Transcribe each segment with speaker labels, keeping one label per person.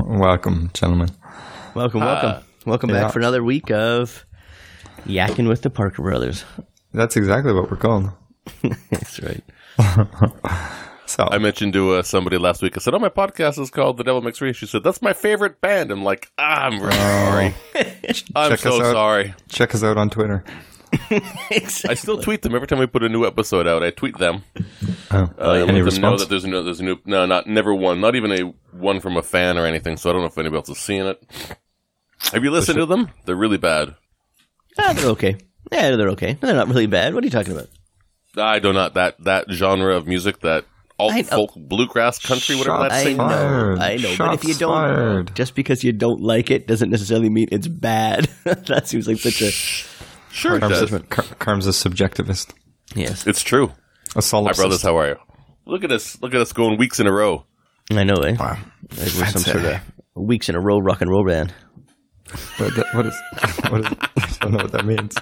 Speaker 1: Welcome, gentlemen.
Speaker 2: Welcome, welcome,
Speaker 3: Uh,
Speaker 2: welcome back
Speaker 1: yeah.
Speaker 2: for another week of yakking with the Parker Brothers.
Speaker 1: That's exactly what we're called.
Speaker 2: That's right.
Speaker 1: So,
Speaker 3: I mentioned to uh, somebody last week. I said, "Oh, my podcast is called The Devil Makes Three." She said, "That's my favorite band." I'm like, ah, "I'm really sorry. I'm
Speaker 1: check
Speaker 3: so
Speaker 1: us out.
Speaker 3: sorry."
Speaker 1: uh, check us out on Twitter.
Speaker 3: I
Speaker 2: exactly.
Speaker 3: still tweet them every time we put a new episode out. I tweet them.
Speaker 1: Oh,
Speaker 3: Uh, and let
Speaker 1: any
Speaker 3: them know
Speaker 1: response?
Speaker 3: that there's a, new, there's a new no, not never one, not even a one from a fan or anything. So I don't know if anybody else is seeing it. Have you listened to them? They're really bad.
Speaker 2: Ah, they're okay. Yeah, they're okay. They're not really bad. What are you talking about?
Speaker 3: I do not that that genre of music that
Speaker 2: I
Speaker 3: alt
Speaker 2: know.
Speaker 3: folk bluegrass country whatever
Speaker 1: Shots
Speaker 3: that
Speaker 2: I
Speaker 3: thing.
Speaker 2: know,
Speaker 1: fired.
Speaker 2: I know. but if
Speaker 1: Shots
Speaker 2: you don't,
Speaker 1: fired.
Speaker 2: just because you don't like it, doesn't necessarily mean it's bad. that seems like such a
Speaker 3: Sure, it
Speaker 1: Carm's,
Speaker 3: does.
Speaker 1: a, Car- Carm's a subjectivist,
Speaker 2: yes.
Speaker 3: It's true.
Speaker 1: a solipsist.
Speaker 3: Hi, brothers. How are you? Look at us. Look at us going weeks in a row.
Speaker 2: I know, eh?
Speaker 1: Wow.
Speaker 2: Like we're some
Speaker 1: That's
Speaker 2: sort of weeks in a row rock and roll band.
Speaker 1: What, that- what is? What is? I don't know what that means,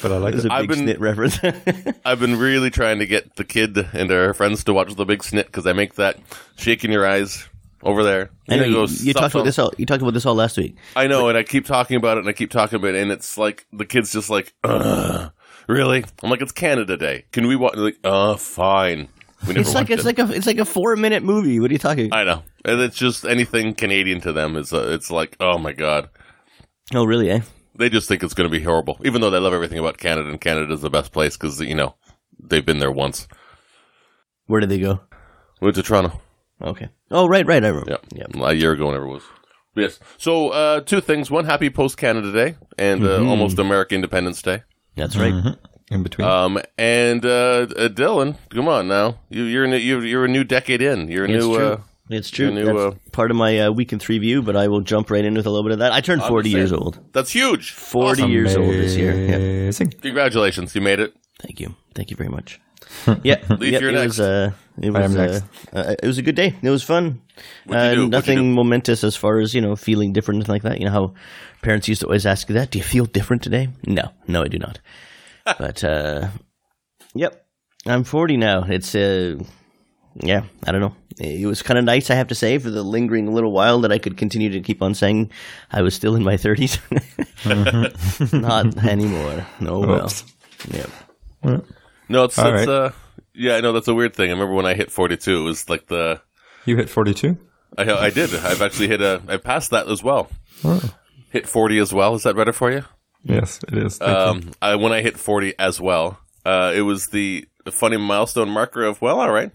Speaker 1: but I like
Speaker 2: It's
Speaker 1: it.
Speaker 2: a
Speaker 3: I've
Speaker 2: big
Speaker 3: been-
Speaker 2: snit reference.
Speaker 3: I've been really trying to get the kid and her friends to watch the big snit because I make that shaking your eyes over there.
Speaker 2: I know
Speaker 3: Here
Speaker 2: you,
Speaker 3: goes
Speaker 2: you talked about
Speaker 3: something.
Speaker 2: this all. You talked about this all last week.
Speaker 3: I know, and I keep talking about it, and I keep talking about it, and it's like the kid's just like, Ugh, really? I'm like, it's Canada Day. Can we watch? Like, uh, fine. We never
Speaker 2: It's like
Speaker 3: watched
Speaker 2: it's
Speaker 3: it.
Speaker 2: like a it's like a four minute movie. What are you talking?
Speaker 3: I know, and it's just anything Canadian to them is uh, it's like, oh my god,
Speaker 2: oh, really? Eh?
Speaker 3: they just think it's going to be horrible, even though they love everything about Canada, and Canada's the best place because you know they've been there once.
Speaker 2: Where did they go?
Speaker 3: We went to Toronto.
Speaker 2: Okay. Oh, right, right. I remember.
Speaker 3: Yeah, a year ago, whenever it was. Yes. So, uh, two things. One, happy post Canada Day and uh,
Speaker 2: Mm-hmm.
Speaker 3: almost American Independence Day.
Speaker 2: That's right.
Speaker 1: in between.
Speaker 3: Um, and uh, uh, Dylan, come on now. You, you're, a new, you're, you're a new decade in. You're a
Speaker 2: It's
Speaker 3: new.
Speaker 2: true.
Speaker 3: Uh,
Speaker 2: it's true.
Speaker 3: new,
Speaker 2: That's
Speaker 3: uh,
Speaker 2: part of my uh, week in three view, but I will jump right in with a little bit of that. I turned forty years
Speaker 3: saying.
Speaker 2: old.
Speaker 3: that's huge.
Speaker 2: Forty
Speaker 3: Awesome.
Speaker 2: years old this year. Yeah.
Speaker 1: Amazing.
Speaker 3: Congratulations. You made it.
Speaker 2: Thank you. Thank you very much. yeah. yeah,
Speaker 3: you're
Speaker 2: it
Speaker 3: next.
Speaker 2: was. Uh, it
Speaker 1: I am
Speaker 2: was. Uh,
Speaker 1: next.
Speaker 2: uh, it was a good day. It was fun. Uh,
Speaker 3: What'd you do? What'd you
Speaker 2: nothing
Speaker 3: do?
Speaker 2: momentous as far as you know, feeling different and like that. You know how parents used to always ask you that. Do you feel different today? No, no, I do not. but uh, yep, I'm 40 now. It's uh, yeah, I don't know. It was kind of nice, I have to say, for the lingering little while that I could continue to keep on saying I was still in my 30s.
Speaker 1: Mm-hmm.
Speaker 2: Not anymore. No, well.
Speaker 1: Oops.
Speaker 2: Yep.
Speaker 3: No, it's.
Speaker 1: All
Speaker 3: it's
Speaker 1: right.
Speaker 3: uh, yeah, I know. That's a weird thing. I remember when I hit 42, it was like the.
Speaker 1: You hit forty-two.
Speaker 3: I, I did. I've actually hit a. I passed that as well. Hit 40 as well. Is that better for you?
Speaker 1: Oh, Yes, it is. Thank you.
Speaker 3: um, I, when I hit 40 as well, uh, it was the funny milestone marker of, well, all right,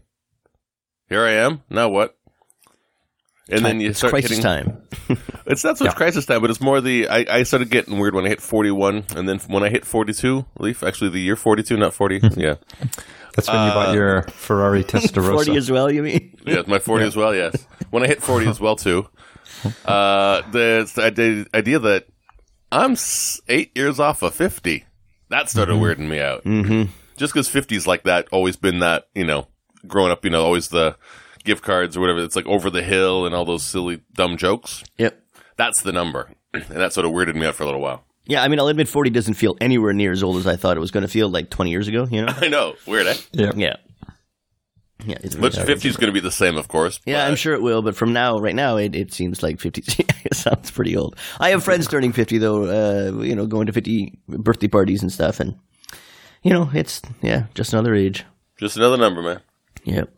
Speaker 3: here I am. Now what? And then you
Speaker 2: It's
Speaker 3: start
Speaker 2: crisis
Speaker 3: hitting.
Speaker 2: time.
Speaker 3: It's not so much crisis time, but it's more the. I, I started getting weird when I hit 41, and then when I hit 42, Leaf, actually the year 42, not 40. yeah.
Speaker 1: That's when you bought your Ferrari
Speaker 2: 40
Speaker 1: Testarossa.
Speaker 2: as well, you mean?
Speaker 3: Yeah, my 40 as well, yes. When I hit 40 as well, too. Uh, the, the idea that I'm s- eight years off of 50, that started weirding me out. Mm-hmm. Just because 50's like that, always been that, you know, growing up, you know, always the gift cards or whatever. It's like over the hill and all those silly, dumb jokes.
Speaker 2: Yep.
Speaker 3: That's the number. And that sort of weirded me out for a little while.
Speaker 2: Yeah, I mean, I'll admit 40 doesn't feel anywhere near as old as I thought it was going to feel like 20 years ago, you know?
Speaker 3: I know. Weird, eh?
Speaker 1: yeah.
Speaker 2: Yeah. Yeah, it's
Speaker 3: But
Speaker 2: yeah,
Speaker 3: 50's going to be the same, of course.
Speaker 2: yeah, I'm
Speaker 3: but-
Speaker 2: sure it will, but from now, right now, it, it seems like 50 it sounds pretty old. I have friends turning 50, though, uh, you know, going to 50 birthday parties and stuff, and, you know, it's, yeah, just another age.
Speaker 3: Just another number, man.
Speaker 2: Yep.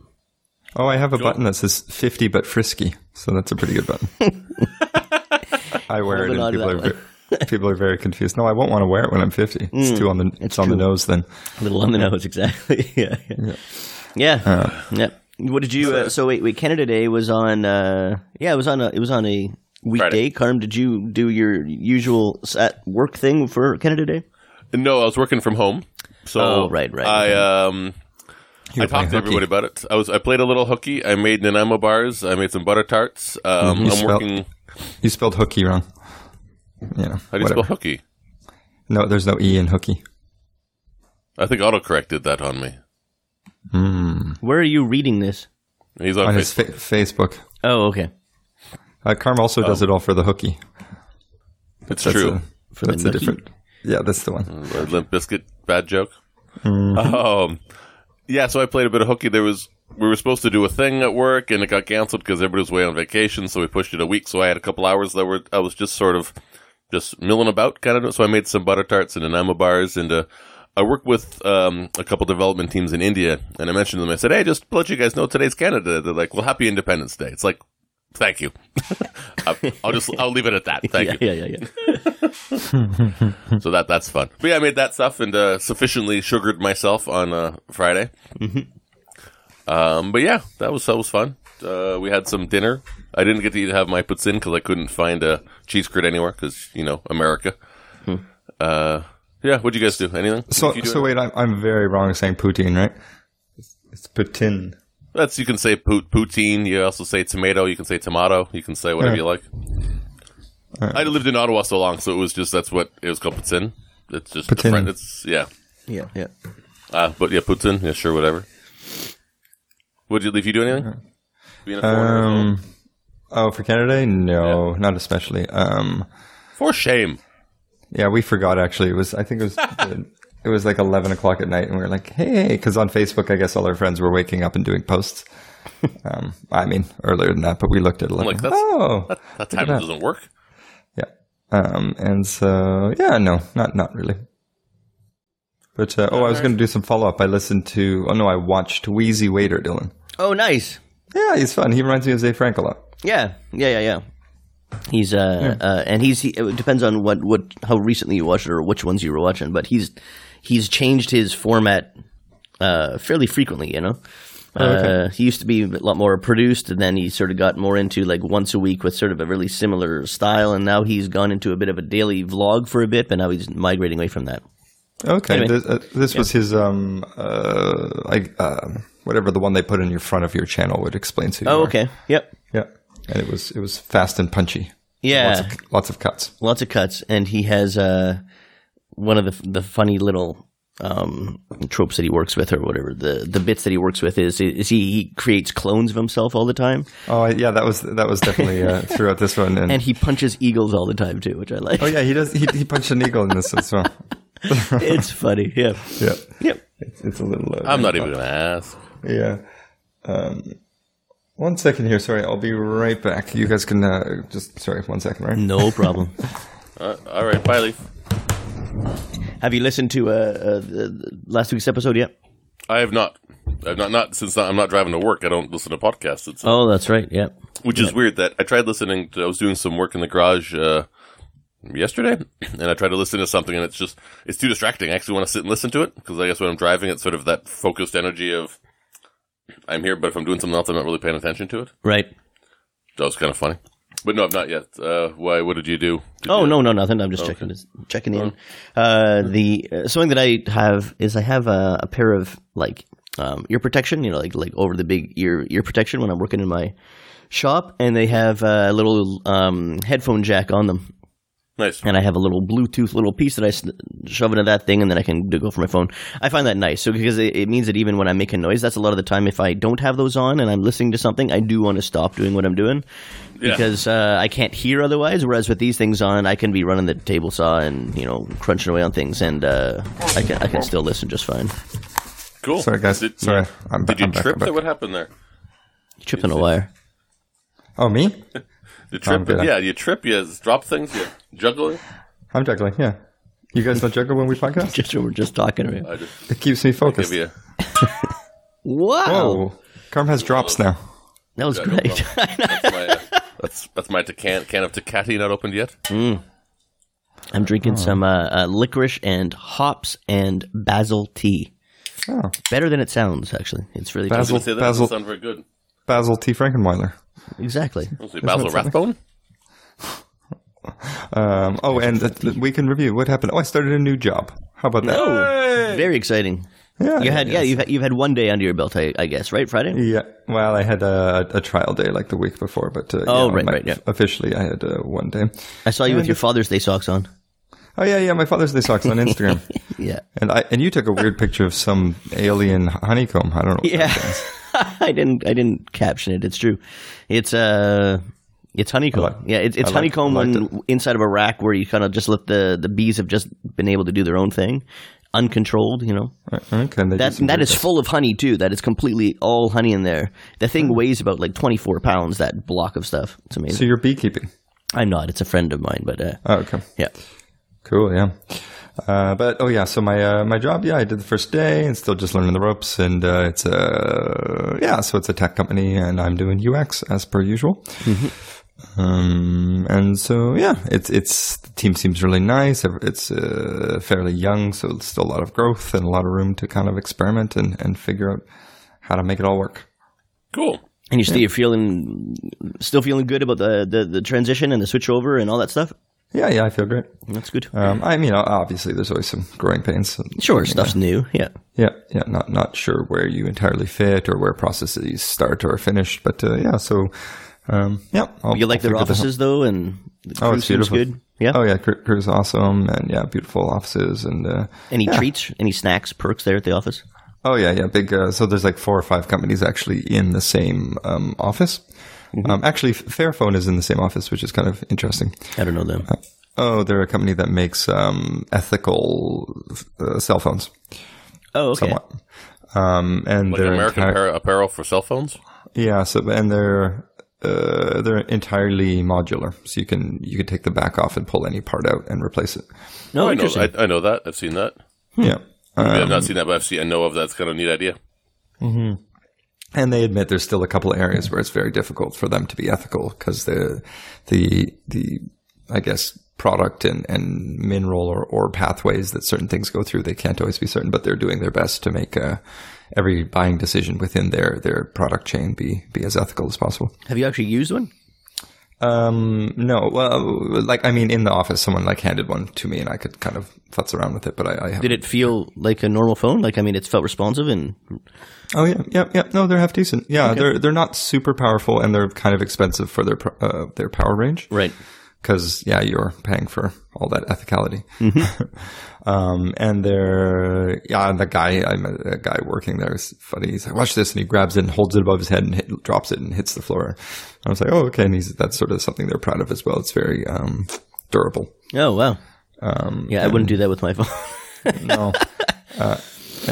Speaker 1: Oh, I have a button that says 50 but frisky. So that's a pretty good button. I wear it
Speaker 2: Holding on
Speaker 1: and
Speaker 2: to
Speaker 1: people are,
Speaker 2: that
Speaker 1: ve- people are very confused. No, I won't want to wear it when I'm 50.
Speaker 3: Mm,
Speaker 1: It's too on the it's on the nose then.
Speaker 2: A little on the nose, exactly. yeah, yeah, Uh, yeah. yeah. What did you? Uh, so wait, wait. Canada Day was on. Uh, yeah, it was on. A, it was on a weekday.
Speaker 3: Friday.
Speaker 2: Carm, did you do your usual s- at work thing for Canada Day?
Speaker 3: No, I was working from home. So
Speaker 2: Oh, right, right.
Speaker 3: I um
Speaker 1: You
Speaker 3: I
Speaker 1: were playing
Speaker 3: talked
Speaker 1: hooky.
Speaker 3: to everybody about it. I was I played a little hooky. I made Nanaimo bars. I made some butter tarts. Um,
Speaker 1: Mm-hmm. You
Speaker 3: I'm
Speaker 1: spelled-
Speaker 3: working.
Speaker 1: You spelled hooky wrong. You know,
Speaker 3: How do you
Speaker 1: whatever.
Speaker 3: spell hooky?
Speaker 1: No, there's no E in hooky.
Speaker 3: I think autocorrect did that on me.
Speaker 2: Where are you reading this?
Speaker 3: He's on,
Speaker 1: On his
Speaker 3: Oh, Facebook.
Speaker 1: fa- Facebook.
Speaker 2: Oh, okay.
Speaker 1: Uh, Carm also does it all for the hooky.
Speaker 3: It's
Speaker 1: That's
Speaker 3: Oh. true.
Speaker 1: A,
Speaker 2: For the
Speaker 1: that's a
Speaker 2: nookie?
Speaker 1: different. Yeah, that's the one.
Speaker 3: A Limp Biscuit bad joke. Um, yeah. So I played a bit of hooky. There was we were supposed to do a thing at work, and it got canceled because everybody was away on vacation. So we pushed it a week. So I had a couple hours that were I was just sort of just milling about, kind of. So I made some butter tarts and enamel bars, and uh, I worked with um, a couple development teams in India, and I mentioned to them. I said, "Hey, just to let you guys know, today's Canada." They're like, "Well, Happy Independence Day." It's like, "Thank you." I'll I'll just I'll leave it at that. Thank
Speaker 2: yeah,
Speaker 3: you.
Speaker 2: yeah, yeah, yeah.
Speaker 3: So that that's fun. But yeah, I made that stuff and uh, sufficiently sugared myself on uh, Friday.
Speaker 1: Mm-hmm.
Speaker 3: Um, but yeah, that was that was fun. Uh, we had some dinner. I didn't get to eat have my puts in because I couldn't find a cheese curd anywhere because you know America. Uh, yeah, what'd you guys do? Anything?
Speaker 1: Hmm. So,
Speaker 3: If you do
Speaker 1: so
Speaker 3: it-
Speaker 1: wait, I'm, I'm very wrong saying Putin, right? It's- It's Putin.
Speaker 3: that's you can say pout- poutine. You also say tomato. You can say tomato. You can say whatever
Speaker 1: Yeah.
Speaker 3: you like. I lived in Ottawa so long, so it was just that's what it was called poutine. It's just
Speaker 1: Poutine.
Speaker 3: different. It's yeah.
Speaker 2: Yeah, yeah.
Speaker 3: Uh, but yeah, Putin, yeah, sure, whatever. Would you if you do anything? Being a foreigner,
Speaker 1: Um, oh, for Canada? No, not especially. Um,
Speaker 3: for shame.
Speaker 1: yeah, we forgot actually. It was, I think it was, the, it was like 11 o'clock at night and we were like, hey, because on Facebook, I guess all our friends were waking up and doing posts. Um, I mean, earlier than that, but we looked at 11.
Speaker 3: like, that's-
Speaker 1: oh,
Speaker 3: That time
Speaker 1: that.
Speaker 3: doesn't work.
Speaker 1: Yeah. Um, and so yeah, no, not not really. But uh, oh, I was going to do some follow up. I listened to oh no, I watched Wheezy Waiter Dylan.
Speaker 2: Oh, nice.
Speaker 1: Yeah, he's fun. He reminds me of Zay Frank a lot.
Speaker 2: Yeah, yeah, yeah, yeah. He's uh, uh and he's he, it depends on what what how recently you watched it or which ones you were watching, but he's he's changed his format uh fairly frequently, you know. Uh, he used to be a lot more produced, and then he sort of got more into like once a week with sort of a really similar style, and now he's gone into a bit of a daily vlog for a bit, but now he's migrating away from that.
Speaker 1: Okay,
Speaker 2: Anyway.
Speaker 1: this, uh, this was his um uh I um whatever the one they put in your front of your channel would explain to you.
Speaker 2: Oh,
Speaker 1: are.
Speaker 2: okay, yep,
Speaker 1: Yeah, and it was it was fast and punchy.
Speaker 2: yeah.
Speaker 1: Lots of, lots of cuts.
Speaker 2: lots of cuts, and he has uh, one of the the funny little um, tropes that he works with, or whatever the the bits that he works with is is he, he creates clones of himself all the time,
Speaker 1: Oh yeah, that was that was definitely uh, throughout this one. And,
Speaker 2: and he punches eagles all the time too, which I like.
Speaker 1: oh yeah, he does. He, he punched an eagle in this as well.
Speaker 2: it's funny. Yeah.
Speaker 1: Yeah,
Speaker 2: Yep.
Speaker 1: it's, it's a little. Uh,
Speaker 3: I'm not even gonna ask.
Speaker 1: Yeah. Um, one second here. Sorry, I'll be right back. You guys can uh, just sorry. One second, right?
Speaker 2: No problem.
Speaker 3: Uh, all right, bye, Leaf.
Speaker 2: Have you listened to uh, uh, the, the last week's episode yet?
Speaker 3: I have not. I've not not since I'm not driving to work. I don't listen to podcasts. It's,
Speaker 2: Oh, that's right. Yeah.
Speaker 3: which is weird that I tried listening. To, I was doing some work in the garage uh, yesterday, and I tried to listen to something, and it's just it's too distracting. I actually want to sit and listen to it because I guess when I'm driving, it's sort of that focused energy of I'm here, but if I'm doing something else, I'm not really paying attention to it.
Speaker 2: Right.
Speaker 3: That was kind of funny. But no, I've not yet. Uh, why? What did you do? Did
Speaker 2: Oh
Speaker 3: you-
Speaker 2: no, no, nothing. I'm just checking this, checking in. Uh, the uh, something that I have is I have a, a pair of like um, ear protection, you know, like like over the big ear ear protection when I'm working in my shop, and they have a little um, headphone jack on them,
Speaker 3: nice.
Speaker 2: and I have a little Bluetooth little piece that I s- shove into that thing, and then I can do, go for my phone. I find that nice, so because it, it means that even when I'm making noise, that's a lot of the time. If I don't have those on and I'm listening to something, I do want to stop doing what I'm doing
Speaker 3: Yeah.
Speaker 2: because uh, I can't hear otherwise. Whereas with these things on, I can be running the table saw and you know crunching away on things, and uh, I can I can still listen just fine.
Speaker 3: Cool.
Speaker 1: Sorry, guys.
Speaker 3: Did,
Speaker 1: sorry, I'm,
Speaker 3: Did you
Speaker 1: I'm back,
Speaker 3: trip?
Speaker 1: I'm back.
Speaker 3: What happened there?
Speaker 2: You tripped on a wire.
Speaker 1: Oh me?
Speaker 3: You
Speaker 1: I'm
Speaker 3: trip?
Speaker 1: good.
Speaker 3: yeah, you trip. You drop things. You juggling.
Speaker 1: I'm juggling. Yeah. You guys don't juggle when we podcast.
Speaker 2: Just we're just talking about.
Speaker 3: I just
Speaker 1: It keeps me
Speaker 3: give
Speaker 1: focused.
Speaker 3: you.
Speaker 2: Wow,
Speaker 1: Oh, Carm has drops now.
Speaker 2: that was great.
Speaker 3: That's my, uh, that's that's my decan- can of Tecate not opened yet.
Speaker 2: I'm drinking some uh, uh, licorice and hops and basil tea.
Speaker 1: Oh,
Speaker 2: Better than it sounds, actually. It's really
Speaker 3: I was
Speaker 1: Basil,
Speaker 3: gonna say that doesn't
Speaker 1: Basil,
Speaker 3: sound very good.
Speaker 1: Basil T. Frankenweiler.
Speaker 2: exactly.
Speaker 3: I was gonna say Basil
Speaker 1: what it
Speaker 3: Rathbone.
Speaker 1: Um, oh, and uh, we can review what happened. Oh, I started a new job. How about that?
Speaker 2: Very exciting.
Speaker 1: Yeah,
Speaker 2: You had
Speaker 1: yeah,
Speaker 2: yeah, you've had, you've had one day under your belt, I, I guess, right? Friday.
Speaker 1: Yeah. Well, I had a, a trial day like the week before, but uh,
Speaker 2: Oh,
Speaker 1: yeah,
Speaker 2: right,
Speaker 1: my-
Speaker 2: right, yeah.
Speaker 1: officially I had uh, one day.
Speaker 2: I saw you with your Father's Day socks on.
Speaker 1: Oh yeah, yeah. My father's day socks on Instagram.
Speaker 2: Yeah.
Speaker 1: And I and you took a weird picture of some alien honeycomb. I don't know. what
Speaker 2: Yeah. I didn't I didn't caption it. It's true. It's uh it's honeycomb.
Speaker 1: like-
Speaker 2: yeah, it's,
Speaker 1: I
Speaker 2: it's
Speaker 1: liked-
Speaker 2: honeycomb
Speaker 1: I liked
Speaker 2: when, inside of a rack where you kind of just let the the bees have just been able to do their own thing. uncontrolled, you know.
Speaker 1: Okay, and they do
Speaker 2: That
Speaker 1: some
Speaker 2: that
Speaker 1: weird
Speaker 2: is
Speaker 1: stuff.
Speaker 2: full of honey too. That is completely all honey in there. The thing
Speaker 1: Hmm.
Speaker 2: weighs about like twenty four pounds. That block of stuff. It's amazing.
Speaker 1: So you're beekeeping.
Speaker 2: I'm not. It's a friend of mine, but uh,
Speaker 1: Oh, okay.
Speaker 2: yeah.
Speaker 1: Cool, yeah. Uh, but oh yeah, so my uh, my job, yeah, I did the first day and still just learning the ropes, and uh, it's a yeah, so it's a tech company, and I'm doing UX as per usual. Um, and so yeah, it's it's the team seems really nice. It's uh, fairly young, so it's still a lot of growth and a lot of room to kind of experiment and and figure out how to make it all work.
Speaker 3: Cool.
Speaker 2: And you still you're feeling still feeling good about the, the the transition and the switchover and all that stuff.
Speaker 1: Yeah, yeah, I feel great.
Speaker 2: That's good.
Speaker 1: Um, I mean, obviously, there's always some growing pains.
Speaker 2: sure, stuff's new. Uh, Yeah.
Speaker 1: Yeah, yeah, not not sure where you entirely fit or where processes start or are finished, but uh, yeah, so um, yeah, I'll,
Speaker 2: You
Speaker 1: I'll figure
Speaker 2: like their
Speaker 1: this out.
Speaker 2: offices though, and the
Speaker 1: Oh,
Speaker 2: crew
Speaker 1: it's
Speaker 2: seems
Speaker 1: beautiful.
Speaker 2: good. Yeah.
Speaker 1: Oh yeah, cre- crew's awesome, and yeah, beautiful offices, and uh,
Speaker 2: Any treats? Any snacks? Perks there at the office?
Speaker 1: oh yeah, yeah, big. Uh, so there's like four or five companies actually in the same um, office.
Speaker 2: Mm-hmm.
Speaker 1: Um, actually, Fairphone is in the same office, which is kind of interesting.
Speaker 2: I don't know them.
Speaker 1: Oh, they're a company that makes um, ethical uh, cell phones,
Speaker 2: Oh, okay.
Speaker 1: somewhat. Um, and
Speaker 3: Like
Speaker 1: they're
Speaker 3: American
Speaker 1: entire-
Speaker 3: apparel- apparel for cell phones.
Speaker 1: Yeah. So and they're uh, they're entirely modular, so you can you can take the back off and pull any part out and replace it.
Speaker 2: No,
Speaker 3: I know.
Speaker 2: interesting.
Speaker 3: I, I know that. I've seen that.
Speaker 1: Yeah.
Speaker 3: I have
Speaker 1: Oh, Um,
Speaker 3: not seen that, but I've seen. I know of that's kind of a neat idea.
Speaker 1: and they admit there's still a couple of areas where it's very difficult for them to be ethical because the the the I guess product and and mineral or or pathways that certain things go through they can't always be certain, but they're doing their best to make uh every buying decision within their their product chain be be as ethical as possible.
Speaker 2: Have you actually used one?
Speaker 1: Um, no, well, like I mean, in the office, someone like handed one to me, and I could kind of futz around with it, but I, I haven't.
Speaker 2: Did it feel like a normal phone? Like I mean, it felt responsive and
Speaker 1: Oh yeah, yeah, yeah. No, they're half decent. Yeah, they're they're not super powerful, and they're kind of expensive for their pro- uh, their power range.
Speaker 2: right.
Speaker 1: because yeah, you're paying for all that ethicality.
Speaker 2: Mm-hmm.
Speaker 1: um, and there, yeah, and the guy, I met a guy working there is funny. He's like, "Watch this," and he grabs it and holds it above his head and hit, drops it and hits the floor. I was like, "Oh, okay." And he's that's sort of something they're proud of as well. It's very um, durable.
Speaker 2: Oh wow. Um, yeah, I wouldn't do that with my phone.
Speaker 1: No. uh,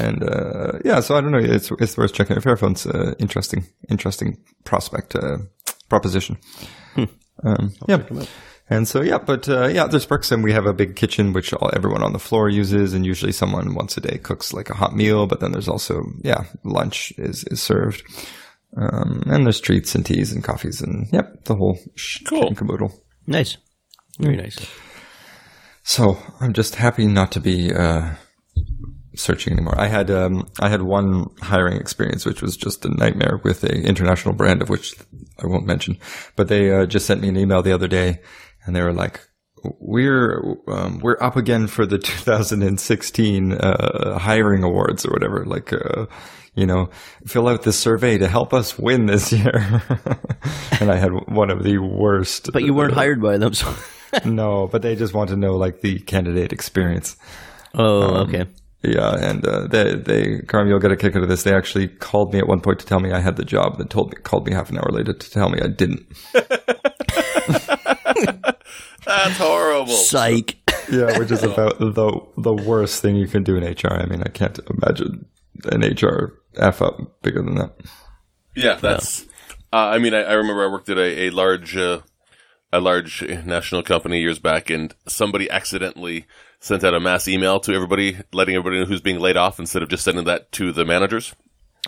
Speaker 1: and uh, yeah, so I don't know. It's it's worth checking out. Fairphone's uh, interesting, interesting prospect uh, proposition. Um, yeah. And so yeah, but uh, yeah, there's perks, and we have a big kitchen which all, everyone on the floor uses, and usually someone once a day cooks like a hot meal. But then there's also yeah, lunch is is served, um, and there's treats and teas and coffees and yep, the whole sh-
Speaker 3: Cool.
Speaker 1: kit and caboodle.
Speaker 2: nice. Very nice.
Speaker 1: So I'm just happy not to be uh, searching anymore. I had um, I had one hiring experience, which was just a nightmare with a international brand of which I won't mention. But they uh, just sent me an email the other day, and they were like, "We're um, we're up again for the 2016 uh, hiring awards or whatever." Like. Uh, you know, fill out this survey to help us win this year. and I had one of the worst.
Speaker 2: But you weren't hired by them, so.
Speaker 1: No, but they just want to know like the candidate experience.
Speaker 2: oh, okay.
Speaker 1: Yeah, and uh, they they Carm, you'll get a kick out of this. They actually called me at one point to tell me I had the job, then told me called me half an hour later to tell me I didn't.
Speaker 3: That's horrible.
Speaker 2: Psych.
Speaker 1: Yeah, which is about the the worst thing you can do in HR. I mean, I can't imagine an HR f up bigger than that.
Speaker 3: Yeah, that's. Uh, I mean, I, I remember I worked at a, a large, uh, a large national company years back, and somebody accidentally sent out a mass email to everybody, letting everybody know who's being laid off, instead of just sending that to the managers.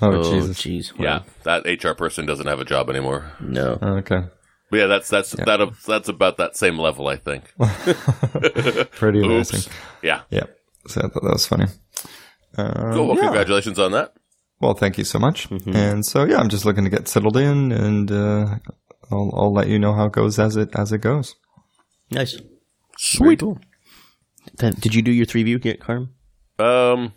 Speaker 1: Oh,
Speaker 2: Oh,
Speaker 1: Jesus.
Speaker 2: jeez.
Speaker 3: Yeah, that HR person doesn't have a job anymore.
Speaker 2: No.
Speaker 1: Okay,
Speaker 3: But yeah, that's that's that that's about that same level, I think.
Speaker 1: pretty
Speaker 3: Oops.
Speaker 1: embarrassing.
Speaker 3: Yeah.
Speaker 1: Yeah, so I thought that was funny. Uh,
Speaker 3: Cool. Well, congratulations on that.
Speaker 1: Well, thank you so much. And so yeah, I'm just looking to get settled in, and uh, I'll I'll let you know how it goes as it as it goes.
Speaker 2: Nice.
Speaker 3: Sweet.
Speaker 2: Th- Did you do your three view yet, Carm?
Speaker 3: Um.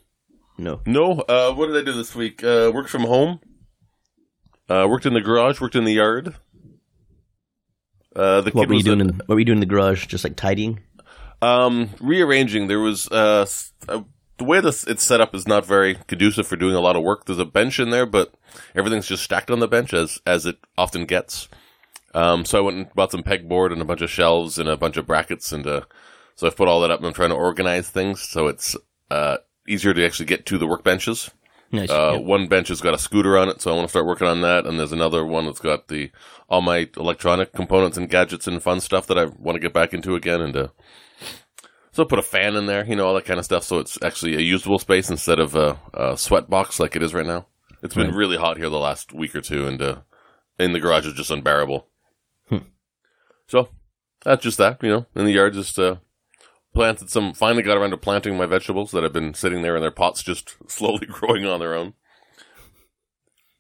Speaker 2: No.
Speaker 3: No. Uh, what did I do this week? Uh, worked from home. Uh, worked in the garage. Worked in the yard. Uh, the
Speaker 2: What
Speaker 3: kid
Speaker 2: were you
Speaker 3: was
Speaker 2: doing?
Speaker 3: in-
Speaker 2: In, what were you doing in the garage? Just like tidying.
Speaker 3: um, rearranging. There was uh, s- uh, the way this it's set up is not very conducive for doing a lot of work. There's a bench in there, but everything's just stacked on the bench as as it often gets. Um, so I went and bought some pegboard and a bunch of shelves and a bunch of brackets and uh, so I've put all that up and I'm trying to organize things so it's uh, easier to actually get to the workbenches.
Speaker 2: Nice.
Speaker 3: Uh,
Speaker 2: Yep.
Speaker 3: One bench has got a scooter on it, so I want to start working on that. And there's another one that's got the all my electronic components and gadgets and fun stuff that I want to get back into again. And uh, so put a fan in there, you know, all that kind of stuff. So it's actually a usable space instead of a, a sweat box like it is right now. It's been
Speaker 2: Right.
Speaker 3: really hot here the last week or two, and uh, in the garage is just unbearable.
Speaker 2: Hmm.
Speaker 3: So that's just that, you know. In the yard, just uh, planted some. Finally, got around to planting my vegetables that have been sitting there in their pots, just slowly growing on their own.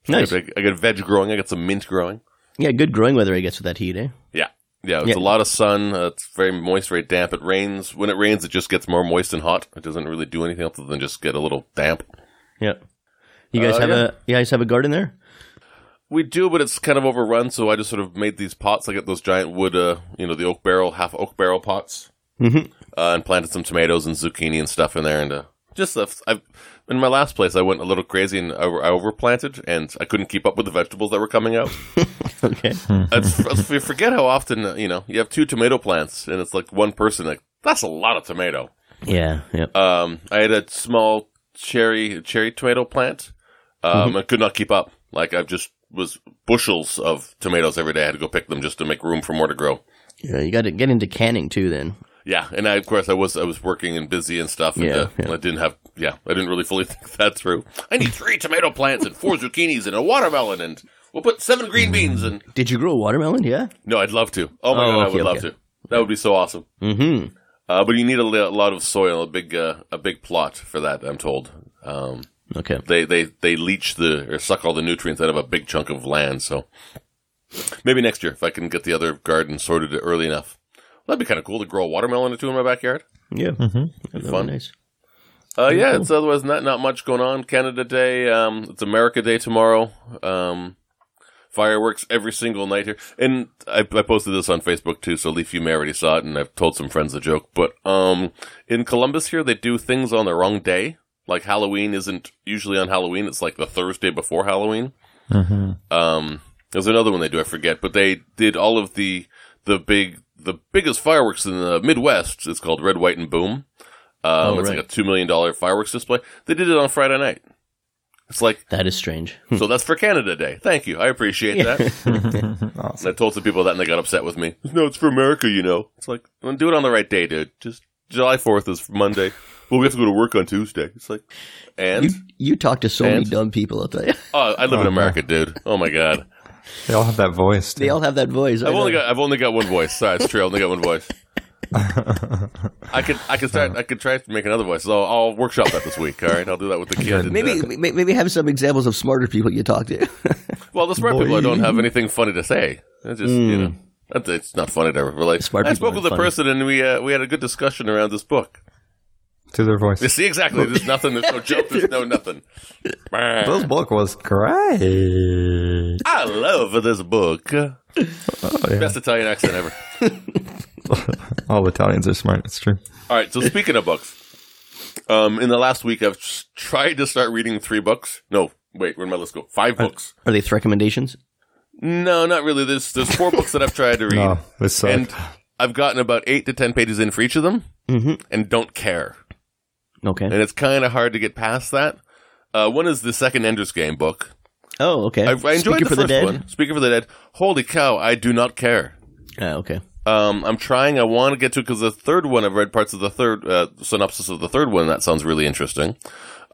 Speaker 2: Nice.
Speaker 3: I got, I got veg growing. I got some mint growing.
Speaker 2: Yeah, good growing weather, I guess, with that heat, eh?
Speaker 3: Yeah, it's
Speaker 2: Yeah.
Speaker 3: a lot of sun. Uh, it's very moist, very damp. It rains. When it rains, it just gets more moist and hot. It doesn't really do anything other than just get a little damp.
Speaker 2: Yeah. You guys
Speaker 3: Uh,
Speaker 2: have
Speaker 3: yeah.
Speaker 2: a you guys have a garden there?
Speaker 3: We do, but it's kind of overrun. So I just sort of made these pots. I got those giant wood, uh, you know, the oak barrel, half oak barrel pots,
Speaker 2: Mhm.
Speaker 3: uh, and planted some tomatoes and zucchini and stuff in there. And uh, just stuff. I've, in my last place, I went a little crazy and I, I overplanted, and I couldn't keep up with the vegetables that were coming out.
Speaker 2: Okay.
Speaker 3: That's, that's- we forget how often uh, you know you have two tomato plants and it's like one person. Like that's a lot of tomato.
Speaker 2: yeah. Yep.
Speaker 3: Um, I had a small cherry cherry tomato plant. Um,
Speaker 2: Mm-hmm.
Speaker 3: I could not keep up. Like I just was bushels of tomatoes every day. I had to go pick them just to make room for more to grow.
Speaker 2: Yeah, you got to get into canning too. Then
Speaker 3: Yeah, and I, of course I was I was working and busy and stuff. And,
Speaker 2: Yeah,
Speaker 3: uh,
Speaker 2: yeah.
Speaker 3: I didn't have yeah I didn't really fully think that through. I need three tomato plants and four zucchinis and a watermelon and we'll put seven green beans and
Speaker 2: did you grow a watermelon? Yeah.
Speaker 3: no I'd love to. Oh my
Speaker 2: Oh,
Speaker 3: god, I
Speaker 2: okay,
Speaker 3: would love
Speaker 2: okay.
Speaker 3: to. That would be so awesome.
Speaker 2: Mm-hmm.
Speaker 3: Uh, but you need a li- a lot of soil, a big uh, a big plot for that. I'm told um,
Speaker 2: Okay.
Speaker 3: they they they leach the or suck all the nutrients out of a big chunk of land. So maybe next year, if I can get the other garden sorted early enough, that'd be kind of cool to grow a watermelon or two in my backyard.
Speaker 2: Yeah. Mm-hmm.
Speaker 3: Fun.
Speaker 2: Nice.
Speaker 3: Uh, yeah, it's otherwise not not much going on. Canada Day, um, it's America Day tomorrow. Um, fireworks every single night here, and I, I posted this on Facebook too. So Leaf, you may already saw it, and I've told some friends the joke. But um, in Columbus here, they do things on the wrong day. Like Halloween isn't usually on Halloween; it's like the Thursday before Halloween. Um, there's another one they do, I forget, but they did all of the the big the biggest fireworks in the Midwest. It's called Red, White, and Boom. Um,
Speaker 2: Oh,
Speaker 3: it's
Speaker 2: right.
Speaker 3: like a two million dollar fireworks display. They did it on Friday night. It's like
Speaker 2: That is strange.
Speaker 3: so that's for Canada Day. Thank you, I appreciate that.
Speaker 1: Awesome.
Speaker 3: I told some people that, and they got upset with me. No, it's for America, you know. It's like well, do it on the right day, dude. Just July Fourth is Monday. Well, we have to go to work on Tuesday. It's like and
Speaker 2: You you talk to so many
Speaker 3: And?
Speaker 2: dumb people. I'll tell you.
Speaker 3: oh, I live in
Speaker 1: Oh,
Speaker 3: America, dude. Oh my god.
Speaker 1: They all have that voice.
Speaker 2: They all have that voice. I
Speaker 3: I've only
Speaker 2: know.
Speaker 3: got I've only got one voice. Sorry, it's true. I only got one voice. I could I could start I could try to make another voice. So I'll, workshop that this week. All right, I'll do that with the kid. and,
Speaker 2: Maybe,
Speaker 3: uh,
Speaker 2: may- maybe have some examples of smarter people you talk to.
Speaker 3: well, the smart people I don't have anything funny to say. It's just you know that's, it's not funny to relate.
Speaker 2: Smart
Speaker 3: I
Speaker 2: people
Speaker 3: spoke with
Speaker 2: aren't
Speaker 3: a
Speaker 2: funny.
Speaker 3: person and we uh, we had a good discussion around this book.
Speaker 1: to their voice.
Speaker 3: You see exactly. There's nothing. There's no joke. There's no nothing. I
Speaker 1: This book was great.
Speaker 3: love this book.
Speaker 1: Oh, yeah.
Speaker 3: Best Italian accent ever.
Speaker 1: All Italians are smart. It's true.
Speaker 3: All right. So speaking of books, um, in the last week I've s- tried to start reading three books. No, wait. Where did my list go? Five books.
Speaker 2: Are they th- recommendations?
Speaker 3: No, not really. There's there's four books that I've tried to read,
Speaker 1: No, this sucked.
Speaker 3: and I've gotten about eight to ten pages in for each of them,
Speaker 2: Mhm.
Speaker 3: and don't care.
Speaker 2: Okay.
Speaker 3: And it's kind of hard to get past that. Uh, one is the second Ender's Game book.
Speaker 2: Oh, okay.
Speaker 3: I, I enjoyed
Speaker 2: Speaker
Speaker 3: the
Speaker 2: for
Speaker 3: first
Speaker 2: the dead.
Speaker 3: one. Speaking for the Dead. Holy cow! I do not care.
Speaker 2: Oh, okay.
Speaker 3: Um, I'm trying. I want to get to because the third one I've read parts of the third uh, synopsis of the third one. That sounds really interesting.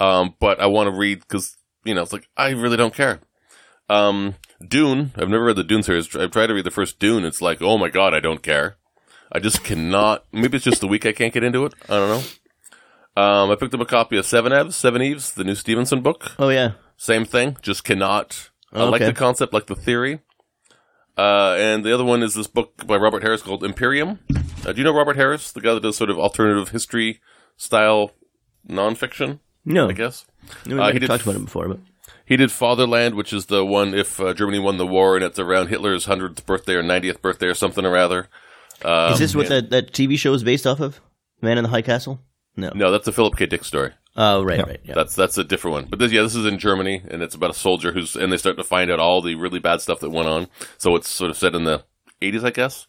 Speaker 3: Um, but I want to read because you know it's like I really don't care. Um, Dune. I've never read the Dune series. I've tried to read the first Dune. It's like oh my god, I don't care. I just cannot. Maybe it's just the week I can't get into it. I don't know. Um, I picked up a copy of Seven Eves, Seven Eves, the new Stevenson book.
Speaker 2: Oh, yeah.
Speaker 3: Same thing. Just cannot. I like
Speaker 2: Okay.
Speaker 3: the concept, like the theory. Uh, and the other one is this book by Robert Harris called Imperium. Uh, do you know Robert Harris, the guy that does sort of alternative history style nonfiction?
Speaker 2: No,
Speaker 3: I guess
Speaker 2: no, we
Speaker 3: uh, he
Speaker 2: have
Speaker 3: did
Speaker 2: talked
Speaker 3: f-
Speaker 2: about him before, but
Speaker 3: he did Fatherland, which is the one if uh, Germany won the war, and it's around Hitler's hundredth birthday or ninetieth birthday or something or rather. Um,
Speaker 2: is this what
Speaker 3: yeah.
Speaker 2: that, that TV show is based off of? Man in the High Castle? No.
Speaker 3: No, that's a Philip K. Dick story.
Speaker 2: Oh, right, right. Yeah.
Speaker 3: That's that's a different one. But this, yeah, this is in Germany, and it's about a soldier who's and they start to find out all the really bad stuff that went on. So it's sort of set in the eighties, I guess.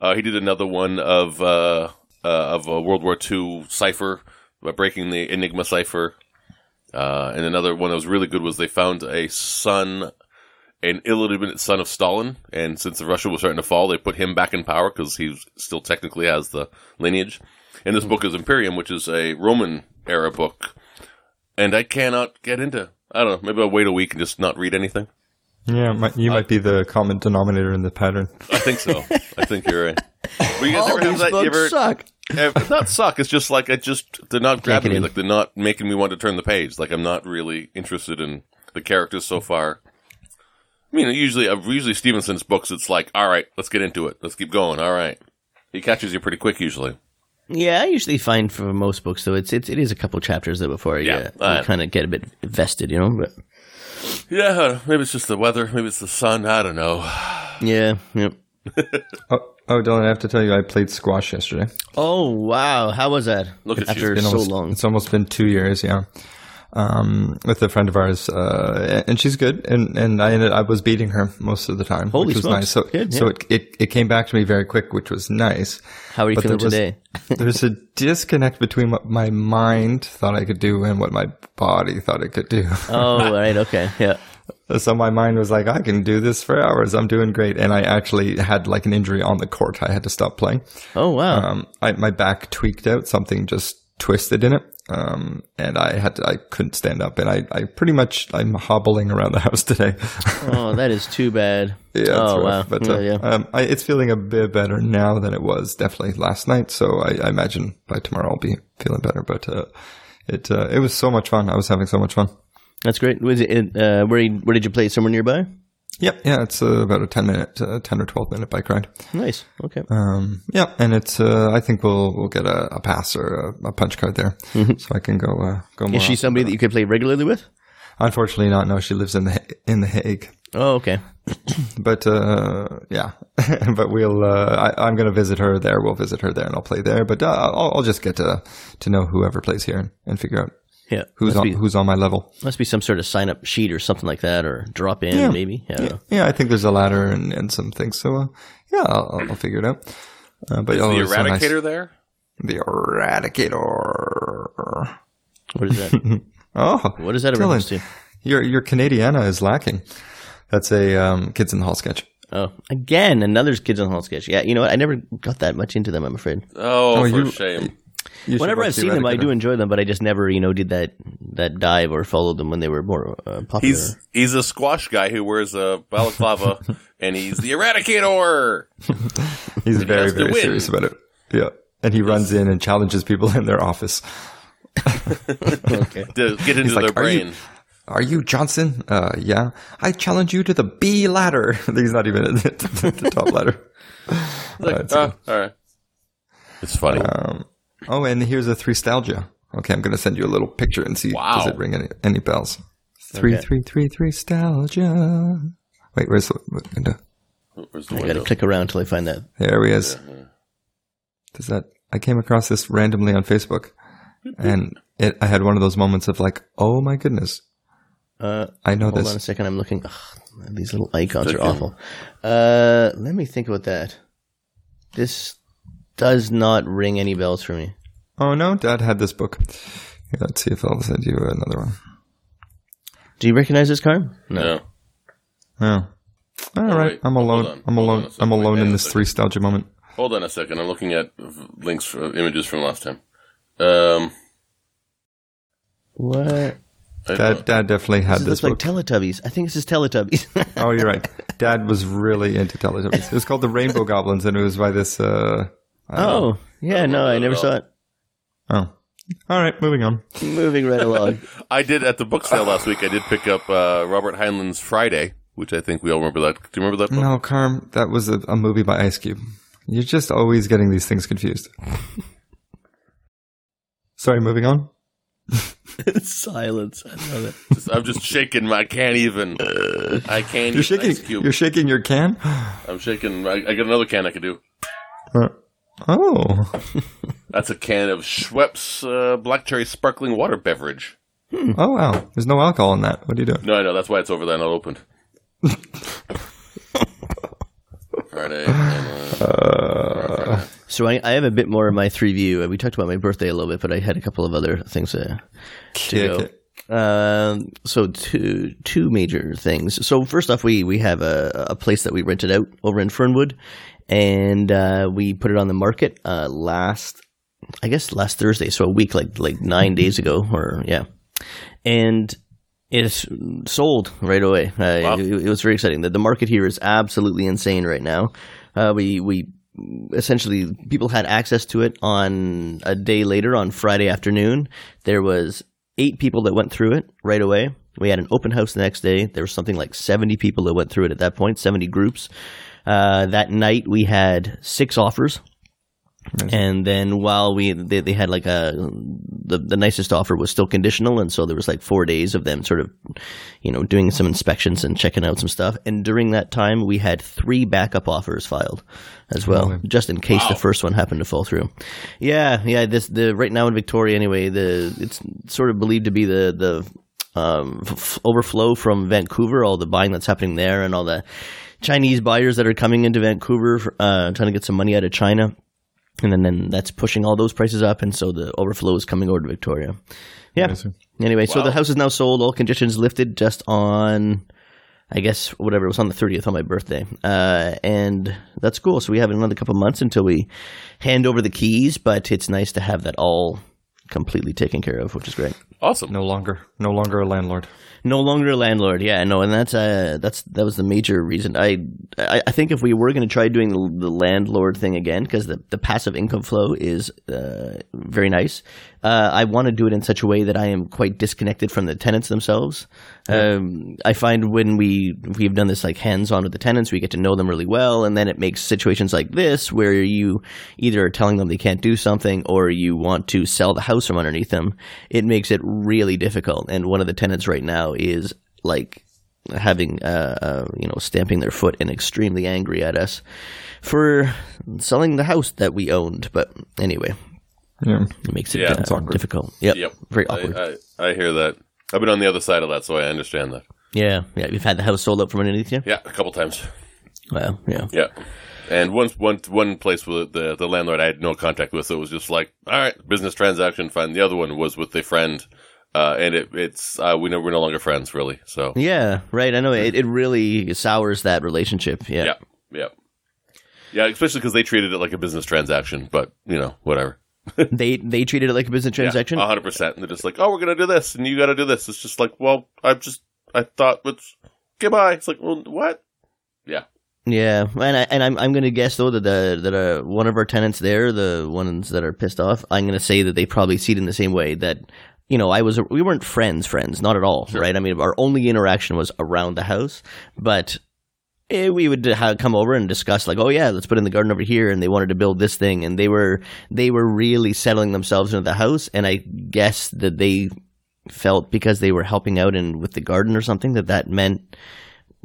Speaker 3: Uh, he did another one of uh, uh, of a World War II cipher about breaking the Enigma cipher. Uh, and another one that was really good was they found a son, an illegitimate son of Stalin. And since Russia was starting to fall, they put him back in power because he still technically has the lineage. And this book is Imperium, which is a Roman era book. And I cannot get into. I don't know. Maybe I'll wait a week and just not read anything.
Speaker 1: Yeah, mi- you might be the common denominator in the pattern.
Speaker 3: I think so. I think you're right. But you guys
Speaker 2: All
Speaker 3: ever have
Speaker 2: these
Speaker 3: that? You
Speaker 2: books
Speaker 3: ever,
Speaker 2: suck.
Speaker 3: Eh, it's not suck. It's just like I just they're not grabbing
Speaker 2: get
Speaker 3: me.
Speaker 2: in.
Speaker 3: Like they're not making me want to turn the page. Like I'm not really interested in the characters so far. I mean, usually, uh, usually Stevenson's books, it's like, all right, let's get into it. Let's keep going. All right, he catches you pretty quick usually.
Speaker 2: Yeah, I usually find for most books though it's it's it is a couple chapters though before I
Speaker 3: Yeah,
Speaker 2: get
Speaker 3: uh,
Speaker 2: kind of get a bit vested, you know. But
Speaker 3: Yeah, maybe it's just the weather. Maybe it's the sun. I don't know.
Speaker 2: yeah, yep.
Speaker 1: Oh, oh, Dylan, I have to tell you, I played squash yesterday.
Speaker 2: Oh wow, how was that?
Speaker 3: Look at
Speaker 2: after
Speaker 3: you.
Speaker 2: so
Speaker 1: almost,
Speaker 2: long.
Speaker 1: It's almost been two years, yeah. Um, with a friend of ours, uh, and she's good, and and I ended, I was beating her most of the time,
Speaker 2: Holy
Speaker 1: which was
Speaker 2: smokes.
Speaker 1: nice. So
Speaker 2: Good,
Speaker 1: so
Speaker 2: yeah.
Speaker 1: it, it it came back to me very quick, which was nice.
Speaker 2: How are you
Speaker 1: But
Speaker 2: feeling
Speaker 1: there was-
Speaker 2: today?
Speaker 1: There's a disconnect between what my mind thought I could do and what my body thought it could do.
Speaker 2: Oh, all right, okay, yeah.
Speaker 1: So my mind was like, I can do this for hours. I'm doing great. And I actually had like an injury on the court. I had to stop playing.
Speaker 2: Oh wow,
Speaker 1: Um, I, my back tweaked out. Something just twisted in it. Um, and I had to, I couldn't stand up and I, I pretty much, I'm hobbling around the house today.
Speaker 2: oh that is too bad.
Speaker 1: yeah. it's
Speaker 2: oh
Speaker 1: rough.
Speaker 2: wow,
Speaker 1: But,
Speaker 2: yeah,
Speaker 1: uh,
Speaker 2: yeah.
Speaker 1: Um, I, it's feeling a bit better now than it was definitely last night. So I, I imagine by tomorrow I'll be feeling better. But, uh, it, uh, it was so much fun. I was having so much fun.
Speaker 2: That's great. Was it in, uh, where you- where did you play? Somewhere nearby?
Speaker 1: Yep. Yeah. It's uh, about a 10 minute, uh, 10 or 12 minute bike ride.
Speaker 2: Nice. Okay.
Speaker 1: Um, yeah, and it's. Uh, I think we'll we'll get a, a pass or a, a punch card there, so I can go uh, go more.
Speaker 2: Mm-hmm. is she
Speaker 1: often.
Speaker 2: somebody that you could play regularly with?
Speaker 1: Unfortunately, not. No, she lives in the Ha- in the Hague,
Speaker 2: Oh, okay.
Speaker 1: but uh, yeah, but we'll. Uh, I, I'm going to visit her there. We'll visit her there, and I'll play there. But uh, I'll, I'll just get to to know whoever plays here and, and figure out
Speaker 2: Yeah.
Speaker 1: who's
Speaker 2: must
Speaker 1: on
Speaker 2: be,
Speaker 1: who's on my level.
Speaker 2: must be some sort of sign up sheet or something like that, or drop in
Speaker 1: Yeah.
Speaker 2: maybe. I don't know.
Speaker 1: Yeah, I think there's a ladder and, and some things. So uh, yeah, I'll, I'll- I'll figure it out. Uh, but
Speaker 3: Is
Speaker 1: oh,
Speaker 3: the
Speaker 1: it's so nice.
Speaker 3: Eradicator there?
Speaker 1: the eradicator.
Speaker 2: What is that?
Speaker 1: Oh,
Speaker 2: What is that a
Speaker 1: Dylan.
Speaker 2: reference to?
Speaker 1: Your your Canadiana is lacking. That's a um, kids in the hall sketch.
Speaker 2: Oh, again, another Kids on the Hall sketch. Yeah, you know what? I never got that much into them. I'm afraid.
Speaker 3: Oh,
Speaker 1: Oh,
Speaker 3: for
Speaker 1: you-
Speaker 3: shame.
Speaker 1: You should
Speaker 2: Whenever
Speaker 1: watch
Speaker 2: I've
Speaker 1: the
Speaker 2: seen them, I
Speaker 1: Eradicator.
Speaker 2: do enjoy them, but I just never, you know, did that that dive or followed them when they were more uh, popular.
Speaker 3: He's he's a squash guy who wears a balaclava, and he's the Eradicator.
Speaker 1: He's very
Speaker 3: has to
Speaker 1: very
Speaker 3: win.
Speaker 1: serious about it. Yeah, and he runs in and challenges people in their office.
Speaker 2: okay.
Speaker 3: To get into
Speaker 1: like,
Speaker 3: their
Speaker 1: "Are you-
Speaker 3: brain.
Speaker 1: Are you Johnson? Uh, yeah. I challenge you to the B ladder. He's not even at the, the top ladder. Uh, it's-
Speaker 3: Ah, all right. Uh, It's funny.
Speaker 1: oh, and here's a three stalgia. Okay, I'm going to send you a little picture and see
Speaker 3: Wow.
Speaker 1: does it ring any, any bells. Three
Speaker 2: Okay.
Speaker 1: three three three stalgia. Wait, where's the what window?
Speaker 3: Where's the
Speaker 2: I
Speaker 3: window?
Speaker 2: gotta click around till I find that.
Speaker 1: There he is. Does that? I came across this randomly on Facebook, and it, I had one of those moments of like, "Oh my goodness,
Speaker 2: Uh,
Speaker 1: I know
Speaker 2: hold
Speaker 1: this."
Speaker 2: on a second. I'm looking. Ugh, these little icons are awful. Uh, let me think about that. This does not ring any bells for me.
Speaker 1: Oh no, Dad had this book. Here, let's see if I'll send you another one.
Speaker 2: Do you recognize this card?
Speaker 3: No.
Speaker 1: Oh, all right.
Speaker 3: wait.
Speaker 1: I'm
Speaker 3: Hold
Speaker 1: alone.
Speaker 3: on.
Speaker 1: I'm
Speaker 3: Hold on
Speaker 1: alone.
Speaker 3: a second.
Speaker 1: I'm
Speaker 3: Wait,
Speaker 1: alone
Speaker 3: hang on
Speaker 1: in
Speaker 3: a
Speaker 1: this
Speaker 3: second.
Speaker 1: three nostalgia moment.
Speaker 3: Hold on a second. I'm looking at v- links for images from last time. Um,
Speaker 2: What?
Speaker 3: I don't know.
Speaker 1: Dad, Dad definitely had
Speaker 2: This
Speaker 1: this
Speaker 2: looks like
Speaker 1: book.
Speaker 2: Teletubbies. I think this is Teletubbies.
Speaker 1: oh, you're right. Dad was really into Teletubbies. It was called The Rainbow Goblins, and it was by this. Uh, I don't know.
Speaker 2: oh, yeah. No, I never saw it.
Speaker 1: oh. All right, moving on.
Speaker 2: Moving right along.
Speaker 3: I did at the book sale last week. I did pick up uh, Robert Heinlein's Friday, which I think we all remember that. Do you remember that? Book?
Speaker 1: No, Carm, that was a, a movie by Ice Cube. You're just always getting these things confused. Sorry, moving on.
Speaker 2: Silence. I love it.
Speaker 3: Just- I'm just shaking. my- I can't even. I can't.
Speaker 1: You're
Speaker 3: even
Speaker 1: shaking.
Speaker 3: Ice cube.
Speaker 1: You're shaking your can.
Speaker 3: I'm shaking. I, I got another can I can do.
Speaker 1: Uh, Oh,
Speaker 3: That's a can of Schweppes uh, black cherry sparkling water beverage.
Speaker 1: oh wow. There's no alcohol in that. What are you doing?
Speaker 3: No, I know. That's why it's over there, not opened. Friday. and, uh, Friday.
Speaker 2: So I, I have a bit more of my three view. We talked about my birthday a little bit, but I had a couple of other things uh, to, to
Speaker 1: Kick
Speaker 2: go.
Speaker 1: it.
Speaker 2: Um, so two two major things. So first off, we we have a, a place that we rented out over in Fernwood, and uh, we put it on the market uh, last, I guess last Thursday, so a week like like nine days ago, or yeah, and it's sold right away. Uh,
Speaker 3: Wow.
Speaker 2: it, it was very exciting. The, the market here is absolutely insane right now. Uh, we we essentially people had access to it on a day later on Friday afternoon. There was eight people that went through it right away. We had an open house the next day. There was something like 70 people that went through it at that point, 70 groups. Uh, that night we had six offers. And then while we they, they had like a the, the nicest offer was still conditional and so there was like 4 days of them sort of you know doing some inspections and checking out some stuff and during that time we had three backup offers filed as well just in case the first one happened to fall through. Yeah, yeah, this the right now in Victoria anyway, the it's sort of believed to be the the um, f- f- overflow from Vancouver, all the buying that's happening there, and all the Chinese buyers that are coming into Vancouver, uh, trying to get some money out of China. And then, then that's pushing all those prices up, and so the overflow is coming over to Victoria. Yeah. Anyway, so the house is now sold, all conditions lifted, just on, I guess, whatever it was on the thirtieth on my birthday, uh, and that's cool. So we have another couple months until we hand over the keys, but it's nice to have that all completely taken care of, which is great
Speaker 3: Awesome.
Speaker 1: No longer, no longer a landlord.
Speaker 2: no longer a landlord. Yeah, no, and that's uh, that's that was the major reason. I I, I think if we were going to try doing the, the landlord thing again, because the, the passive income flow is uh, very nice. Uh, I want to do it in such a way that I am quite disconnected from the tenants themselves. Um, I find when we we've done this like hands on with the tenants, we get to know them really well, and then it makes situations like this where you either are telling them they can't do something or you want to sell the house from underneath them. It makes it really difficult. And one of the tenants right now is like having uh, uh you know stamping their foot and extremely angry at us for selling the house that we owned. But anyway,
Speaker 1: Yeah.
Speaker 2: it makes it
Speaker 3: Yeah,
Speaker 2: uh,
Speaker 3: it's
Speaker 2: difficult. Yep,
Speaker 3: Yep.
Speaker 2: very
Speaker 3: I,
Speaker 2: awkward.
Speaker 3: I, I hear that. I've been on the other side of that, so I understand that.
Speaker 2: yeah, yeah. You've had the house sold up from underneath you.
Speaker 3: Yeah, a couple times.
Speaker 2: Well, yeah.
Speaker 3: Yeah. And one one one place with the the landlord I had no contact with, so it was just like, all right, business transaction, fine. The other one was with a friend, uh, and it, it's uh, we know we're no longer friends, really. So
Speaker 2: Yeah, right. I know it, it really sours that relationship. Yeah.
Speaker 3: yeah, yeah, yeah, especially because they treated it like a business transaction, but you know, whatever.
Speaker 2: They they treated it like a business transaction.
Speaker 3: Yeah, Uh-huh. hundred percent. And they're just like, oh, we're gonna do this, and you gotta do this. It's just like, well, I just I thought it's goodbye. It's like, well, what?
Speaker 2: Yeah, and I, and I'm I'm gonna guess though that the, that uh, one of our tenants there, the ones that are pissed off, I'm gonna say that they probably see it in the same way that you know I was we weren't friends friends not at all, right? I mean our only interaction was around the house, but eh, we would ha come over and discuss like oh yeah let's put in the garden over here and they wanted to build this thing and they were they were really settling themselves into the house and I guess that they felt because they were helping out in with the garden or something that that meant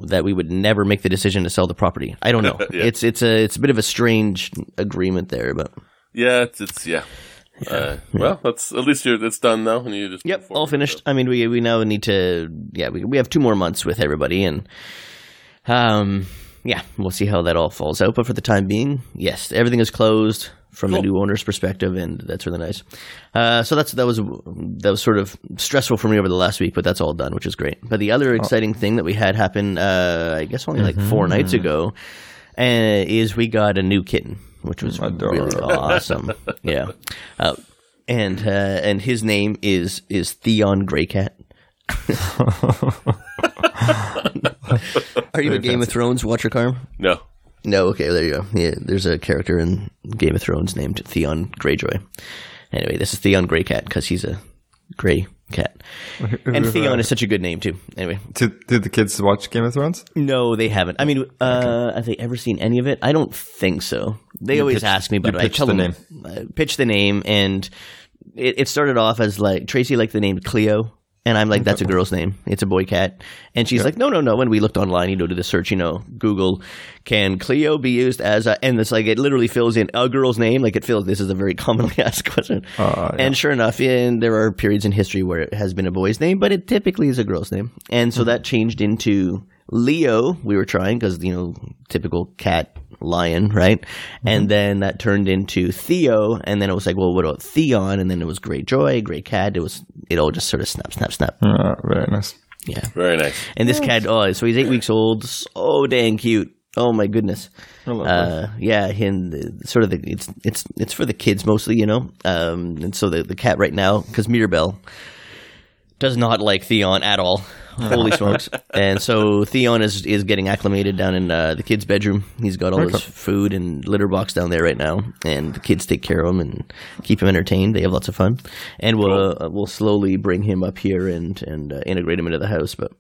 Speaker 2: that we would never make the decision to sell the property. I don't know.
Speaker 3: Yeah.
Speaker 2: It's it's a it's a bit of a strange agreement there, but
Speaker 3: Yeah, it's, it's yeah. Uh, well, that's at least you're it's done though, and you just
Speaker 2: yep,
Speaker 3: move
Speaker 2: all
Speaker 3: forward.
Speaker 2: finished. I mean, we we now need to yeah we we have two more months with everybody and um yeah we'll see how that all falls out. But for the time being, yes, everything is closed from the new owner's perspective, and that's really nice. Uh, so that's that was that was sort of stressful for me over the last week, but that's all done, which is great. But the other exciting thing that we had happen, uh, I guess only like four nights ago, uh, is we got a new kitten, which was really
Speaker 1: Adorable.
Speaker 2: awesome. yeah, uh, and uh, and his name is is Theon Greycat. Are you a Game of Thrones watcher, Carm?
Speaker 3: No.
Speaker 2: No, okay, there you go. Yeah, there's a character in Game of Thrones named Theon Greyjoy. Anyway, this is Theon Greycat because he's a gray cat, and Theon is such a good name too. Anyway,
Speaker 1: uh, Did, did the kids watch Game of Thrones?
Speaker 2: no, they haven't. I mean, uh, have they ever seen any of it? I don't think so. They always
Speaker 1: pitched-
Speaker 2: ask me about
Speaker 1: you
Speaker 2: it. I
Speaker 1: pitched
Speaker 2: tell
Speaker 1: the
Speaker 2: them uh, pitch the name, and it, it started off as like Tracy liked the name Cleo, and I'm like, that's a girl's name. It's a boy cat, and she's like, no, no, no. And we looked online, you know, to the search, you know, Google, can Cleo be used as a? And it's like it literally fills in a girl's name. Like it fills. This is a very commonly asked question.
Speaker 1: Uh,
Speaker 2: And sure enough, in, there are periods in history where it has been a boy's name, but it typically is a girl's name,
Speaker 1: Mm-hmm.
Speaker 2: and so that changed into. Leo, we were trying because you know typical cat lion, right? And then that turned into Theo, and then it was like, well, what about Theon? And then it was Great Joy, Great Cad. It was it all just sort of snap, snap, snap.
Speaker 1: Uh, very nice.
Speaker 2: Yeah.
Speaker 3: Very nice.
Speaker 2: And this cat, oh, so he's eight weeks old. So dang cute. Oh my goodness. Uh, yeah, him the- sort of the it's it's it's for the kids mostly, you know. Um, and so the the cat right now because Mirabelle does not like Theon at all. Holy smokes! And so Theon is is getting acclimated down in uh, the kid's bedroom. He's got all his food and litter box down there right now, and the kids take care of him and keep him entertained. They have lots of fun, and we'll uh, we'll slowly bring him up here and and uh, integrate him into the house. But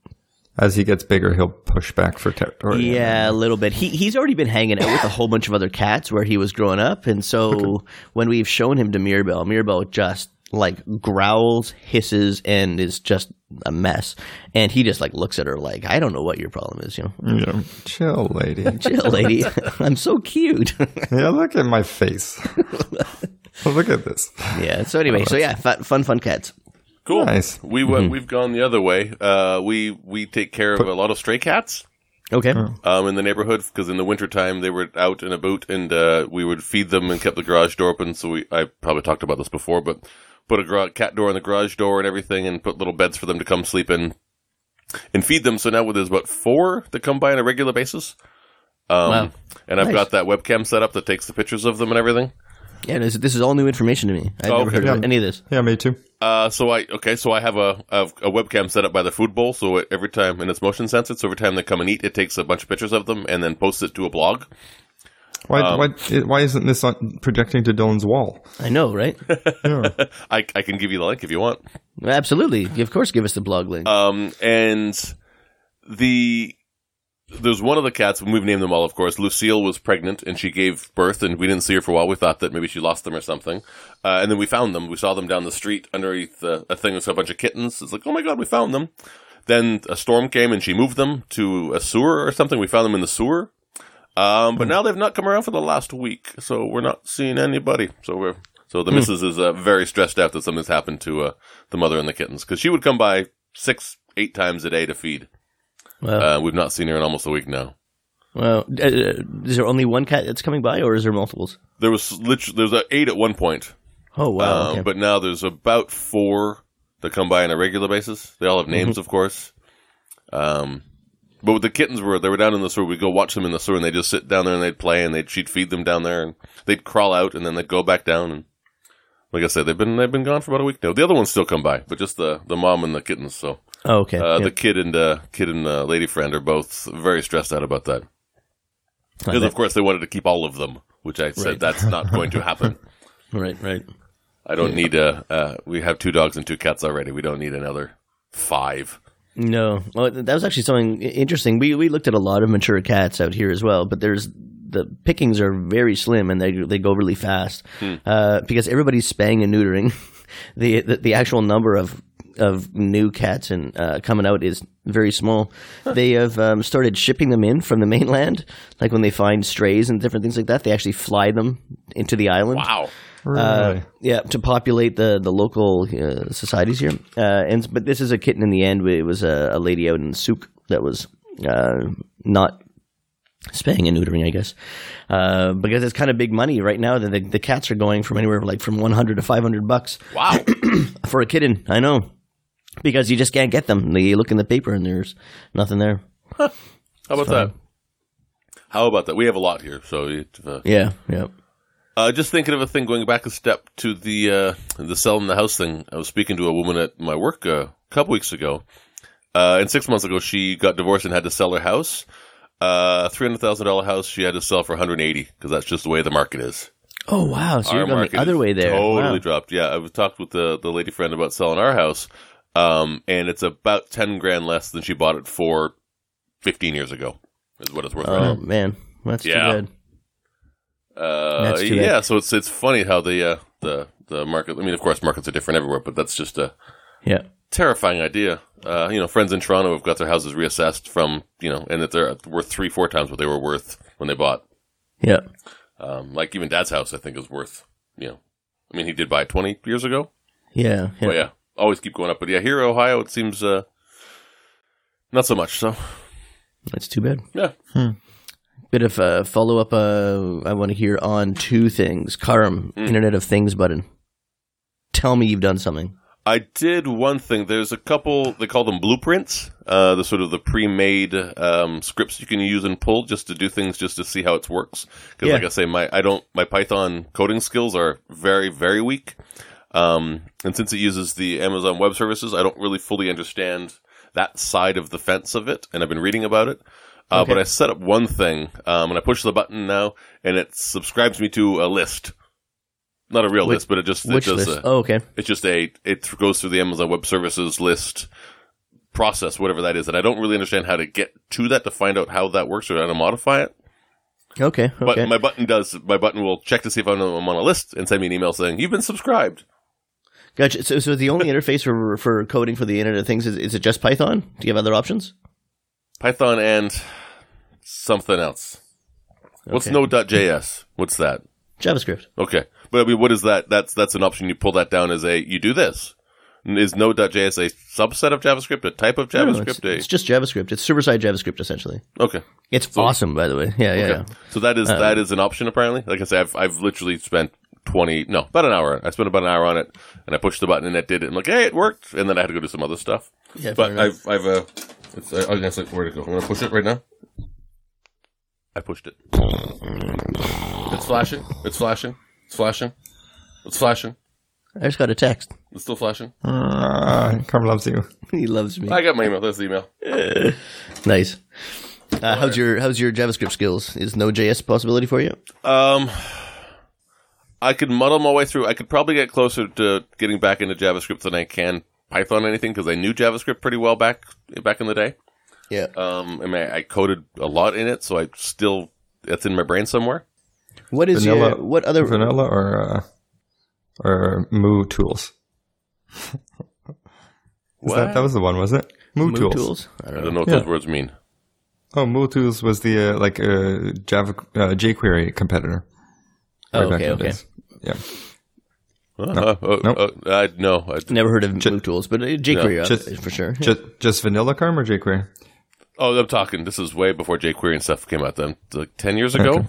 Speaker 1: As he gets bigger, he'll push back for territory.
Speaker 2: yeah, a little bit. He he's already been hanging out with a whole bunch of other cats where he was growing up, and so when we've shown him to Mirabelle, Mirabelle just like growls, hisses, and is just a mess. And he just like looks at her like, I don't know what your problem is, you know.
Speaker 1: Yeah. Chill, lady.
Speaker 2: Chill, lady. I'm so cute.
Speaker 1: yeah, look at my face. look at this.
Speaker 2: yeah. So anyway, so yeah, fun, fun, fun cats.
Speaker 3: Cool.
Speaker 1: Nice.
Speaker 3: We went,
Speaker 2: Mm-hmm.
Speaker 3: we've gone the other way. Uh, we we take care of a lot of stray cats
Speaker 2: Okay.
Speaker 3: um, in the neighborhood because in the wintertime they were out and about, and uh, we would feed them and kept the garage door open. So we I probably talked about this before, but put a gra- cat door on the garage door and everything, and put little beds for them to come sleep in and feed them. So now there's about four that come by on a regular basis. Um,
Speaker 2: Wow.
Speaker 3: And I've
Speaker 2: Nice.
Speaker 3: got that webcam set up that takes the pictures of them and everything.
Speaker 2: Yeah. This, this is all new information to me. I've
Speaker 3: Oh,
Speaker 2: never heard
Speaker 1: okay.
Speaker 2: of any of this.
Speaker 1: Yeah, me too.
Speaker 3: Uh, so I okay, so I have a, a a webcam set up by the food bowl, so it- every time and it's motion sensored, so every time they come and eat, it takes a bunch of pictures of them and then posts it to a blog.
Speaker 1: Why,
Speaker 2: Um,
Speaker 1: why, why isn't this on, projecting to Dylan's wall?
Speaker 2: I know, right?
Speaker 1: Yeah.
Speaker 3: I I can give you the link if you want.
Speaker 2: Absolutely. Of course, give us the blog link.
Speaker 3: Um, and the there's one of the cats, and we've named them all, of course. Lucille was pregnant, and she gave birth, and we didn't see her for a while. We thought that maybe she lost them or something, uh, and then we found them. We saw them down the street underneath uh, a, a thing with a bunch of kittens. It's like, oh my god, we found them. Then a storm came, and she moved them to a sewer or something. We found them in the sewer. Um, but now they've not come around for the last week, so we're not seeing anybody. So we're so the missus is uh, very stressed out that something's happened to uh, the mother and the kittens because she would come by six, eight times a day to feed.
Speaker 2: Well.
Speaker 3: Uh, we've not seen her in almost a week now.
Speaker 2: Well, uh, uh, is there only one cat that's coming by, or is there multiples?
Speaker 3: There was literally there's a eight at one point,
Speaker 2: Oh wow!
Speaker 3: um,
Speaker 2: okay.
Speaker 3: but now there's about four that come by on a regular basis. They all have
Speaker 2: Mm-hmm.
Speaker 3: names, of course. Um, but with the kittens were they were down in the sewer. We'd go watch them in the sewer, and they would just sit down there and they'd play, and they'd she'd feed them down there, and they'd crawl out, and then they'd go back down. And like I said, they've been they've been gone for about a week now. The other ones still come by, but just the the mom and the kittens. So
Speaker 2: oh, okay.
Speaker 3: uh,
Speaker 2: yeah.
Speaker 3: the kid and uh, kid and uh, lady friend are both very stressed out about that.
Speaker 2: I
Speaker 3: Because of course they wanted to keep all of them, which I said
Speaker 2: Right.
Speaker 3: that's not going to happen.
Speaker 2: bet. right, right.
Speaker 3: I don't need a. Uh, we have two dogs and two cats already. We don't need another five.
Speaker 2: No, well, th- that was actually something i- interesting. We we looked at a lot of mature cats out here as well, but there's the pickings are very slim and they they go really fast
Speaker 3: Hmm.
Speaker 2: uh, because everybody's spaying and neutering. the, the the actual number of of new cats and uh, coming out is very small. They have um, started shipping them in from the mainland, like when they find strays and different things like that. They actually fly them into the island.
Speaker 3: Wow.
Speaker 1: Uh, Really?
Speaker 2: Uh, Yeah, to populate the the local uh, societies here. Uh, and but this is a kitten in the end. It was a, a lady out in Souk that was uh, not spaying and neutering, I guess, uh, because it's kind of big money right now. That the, the cats are going from anywhere like from one hundred to five hundred bucks
Speaker 3: Wow.
Speaker 2: for a kitten. I know because you just can't get them. You look in the paper and there's nothing there.
Speaker 3: How about that? How about that? We have a lot here, so it, uh,
Speaker 2: Yeah, yeah.
Speaker 3: Uh, just thinking of a thing going back a step to the uh, the sell in the house thing. I was speaking to a woman at my work uh, a couple weeks ago, uh, and six months ago she got divorced and had to sell her house. Uh, three hundred thousand dollar house she had to sell for one hundred eighty because that's just the way the market is.
Speaker 2: Oh wow! So you're going the
Speaker 3: is
Speaker 2: other way there.
Speaker 3: Totally
Speaker 2: Wow.
Speaker 3: dropped. Yeah, I've talked with the the lady friend about selling our house, um, and it's about ten grand less than she bought it for fifteen years ago. Is what it's worth. right now.
Speaker 2: Oh man, that's
Speaker 3: Yeah.
Speaker 2: too bad.
Speaker 3: Uh,
Speaker 2: That's too bad.
Speaker 3: yeah, so it's it's funny how the uh, the the market. I mean, of course, markets are different everywhere, but that's just a
Speaker 2: Yeah.
Speaker 3: terrifying idea. Uh, you know, friends in Toronto have got their houses reassessed from you know, and that they're worth three, four times what they were worth when they bought.
Speaker 2: Yeah.
Speaker 3: Um, like even Dad's house, I think is worth you know, I mean, he did buy it twenty years ago.
Speaker 2: Yeah.
Speaker 3: Yeah.
Speaker 2: Yeah.
Speaker 3: But yeah, always keep going up. But yeah, here in Ohio, it seems uh, not so much. So
Speaker 2: That's too bad.
Speaker 3: yeah,
Speaker 2: bit of uh, follow up uh, I want to hear on two things. Karam,
Speaker 3: Mm.
Speaker 2: Internet of Things button. Tell me you've done something.
Speaker 3: I did one thing. There's a couple. They call them blueprints. Uh, the sort of the pre-made um, scripts you can use and pull just to do things, just to see how it works. Because,
Speaker 2: Yeah.
Speaker 3: like I say, my I don't my Python coding skills are very very weak. Um, and since it uses the Amazon Web Services, I don't really fully understand that side of the fence of it. And I've been reading about it. Uh, But I set up one thing, um, and I push the button now, and it subscribes me to a list. Not a real
Speaker 2: Which-
Speaker 3: list, but it just
Speaker 2: Which
Speaker 3: it does uh,
Speaker 2: list?
Speaker 3: a-
Speaker 2: oh, okay.
Speaker 3: it's just a it goes through the Amazon Web Services list process, whatever that is, and I don't really understand how to get to that to find out how that works or how to modify it.
Speaker 2: Okay.
Speaker 3: But
Speaker 2: Okay.
Speaker 3: my button does. My button will check to see if I'm I'm on a list and send me an email saying you've been subscribed.
Speaker 2: gotcha. So, so the only interface for for coding for the Internet of Things is, is it just Python? Do you have other options?
Speaker 3: Python and something else. What's
Speaker 2: Okay.
Speaker 3: Node.js? What's that?
Speaker 2: JavaScript.
Speaker 3: Okay, but I mean, what is that? That's that's an option. You pull that down as a you do this. Is Node.js a subset of JavaScript, a type of
Speaker 2: No, no,
Speaker 3: JavaScript?
Speaker 2: it's,
Speaker 3: a-
Speaker 2: it's just JavaScript. It's server side JavaScript essentially.
Speaker 3: okay.
Speaker 2: It's awesome, by the way. Yeah, yeah,
Speaker 3: Okay.
Speaker 2: yeah.
Speaker 3: So that is that is an option apparently. Like I said, I've I've literally spent twenty no about an hour. I spent about an hour on it, and I pushed the button and it did it. I'm like, hey, it worked. And then I had to go do some other stuff.
Speaker 2: Yeah, fair
Speaker 3: But
Speaker 2: enough.
Speaker 3: I've I've uh, it's, I, I guess like, where to go. I'm gonna push it right now. I pushed it. It's flashing. It's flashing. It's flashing. It's flashing.
Speaker 2: I just got a text.
Speaker 3: It's still flashing.
Speaker 1: Uh, Carm loves you.
Speaker 2: he loves me.
Speaker 3: I got my email. That's the email.
Speaker 2: Nice. Uh, how's your how's your JavaScript skills? Is Node.js a possibility for you?
Speaker 3: Um, I could muddle my way through. I could probably get closer to getting back into JavaScript than I can Python or anything because I knew JavaScript pretty well back back in the day.
Speaker 2: Yeah.
Speaker 3: Um, I mean, I coded a lot in it, so I still that's in my brain somewhere.
Speaker 2: What is
Speaker 1: Vanilla-
Speaker 2: your what other
Speaker 1: Vanilla or uh, or Moo Tools? Is that, that was the one, was it? Moo,
Speaker 2: Moo
Speaker 1: tools.
Speaker 2: tools? I
Speaker 3: I
Speaker 2: don't know.
Speaker 3: don't know what
Speaker 1: Yeah.
Speaker 3: those words mean.
Speaker 1: Oh, Moo Tools was the uh, like uh, Java uh, jQuery competitor.
Speaker 2: Oh, okay,
Speaker 1: in the
Speaker 2: okay.
Speaker 1: days. Yeah,
Speaker 3: Uh, uh,
Speaker 1: Nope.
Speaker 3: uh, I, no, I,
Speaker 2: Never heard of Moo tools, but uh, jQuery uh,
Speaker 1: Just-
Speaker 2: for sure.
Speaker 1: just just vanilla Carm or jQuery?
Speaker 3: oh, I'm talking. This is way before jQuery and stuff came out. Then like ten years ago,
Speaker 1: Okay.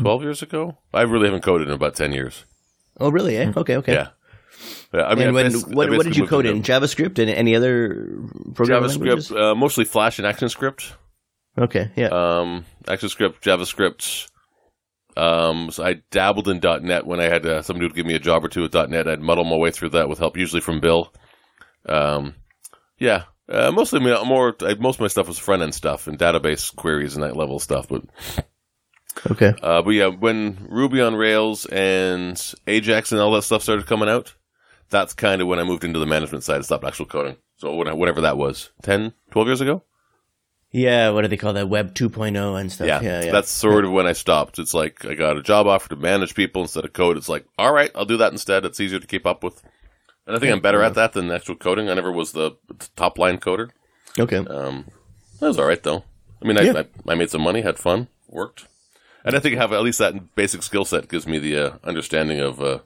Speaker 3: twelve years ago. I really haven't coded in about ten years.
Speaker 2: Oh, really? Eh? Okay, okay.
Speaker 3: Mm-hmm. Yeah. Yeah, I
Speaker 2: And
Speaker 3: I
Speaker 2: when
Speaker 3: bas- I
Speaker 2: what, what
Speaker 3: basically
Speaker 2: did you
Speaker 3: moved
Speaker 2: code
Speaker 3: into-
Speaker 2: in? JavaScript and any other programming languages?
Speaker 3: JavaScript, uh, mostly Flash and ActionScript.
Speaker 2: Okay, yeah.
Speaker 3: Um, ActionScript, JavaScript. Um, so I dabbled in .NET when I had uh, somebody would give me a job or two with .NET. I'd muddle my way through that with help, usually from Bill. Um, yeah, uh, mostly I mean, more. I, most of my stuff was front end stuff and database queries and that level stuff. But
Speaker 2: okay.
Speaker 3: uh, but yeah, when Ruby on Rails and Ajax and all that stuff started coming out, that's kind of when I moved into the management side and stopped actual coding. So when I- whatever that was, 10, 12 years ago.
Speaker 2: Yeah, what do they call that? Web 2.0 and stuff.
Speaker 3: yeah,
Speaker 2: Yeah, yeah.
Speaker 3: That's sort of when I stopped. It's like I got a job offer to manage people instead of code. It's like, all right, I'll do that instead. It's easier to keep up with. And I think I'm better at that than actual coding. I never was the top line coder.
Speaker 2: okay.
Speaker 3: Um, that was all right though. I mean, I,
Speaker 2: Yeah.
Speaker 3: I, I made some money, had fun, worked, and I think I have at least that basic skill set gives me the uh, understanding of uh,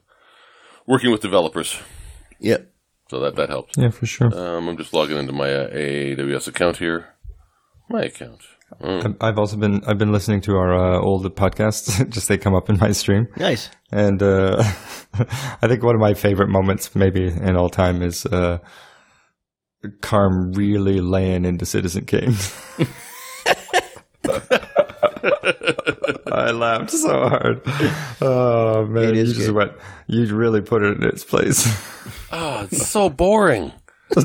Speaker 3: working with developers.
Speaker 2: yeah.
Speaker 3: So that that helped.
Speaker 1: Yeah, for sure.
Speaker 3: Um, I'm just logging into my uh, AWS account here. My account. Mm.
Speaker 1: I've- I've also been I've been listening to our uh, old podcasts. just they come up in my stream,
Speaker 2: Nice.
Speaker 1: and uh, I think one of my favorite moments, maybe in all time, is uh, Carm really laying into Citizen Kane. I laughed so hard. Oh man,
Speaker 2: It is
Speaker 1: you just
Speaker 2: good.
Speaker 1: went. You really put it in its place.
Speaker 3: Oh, it's so boring. What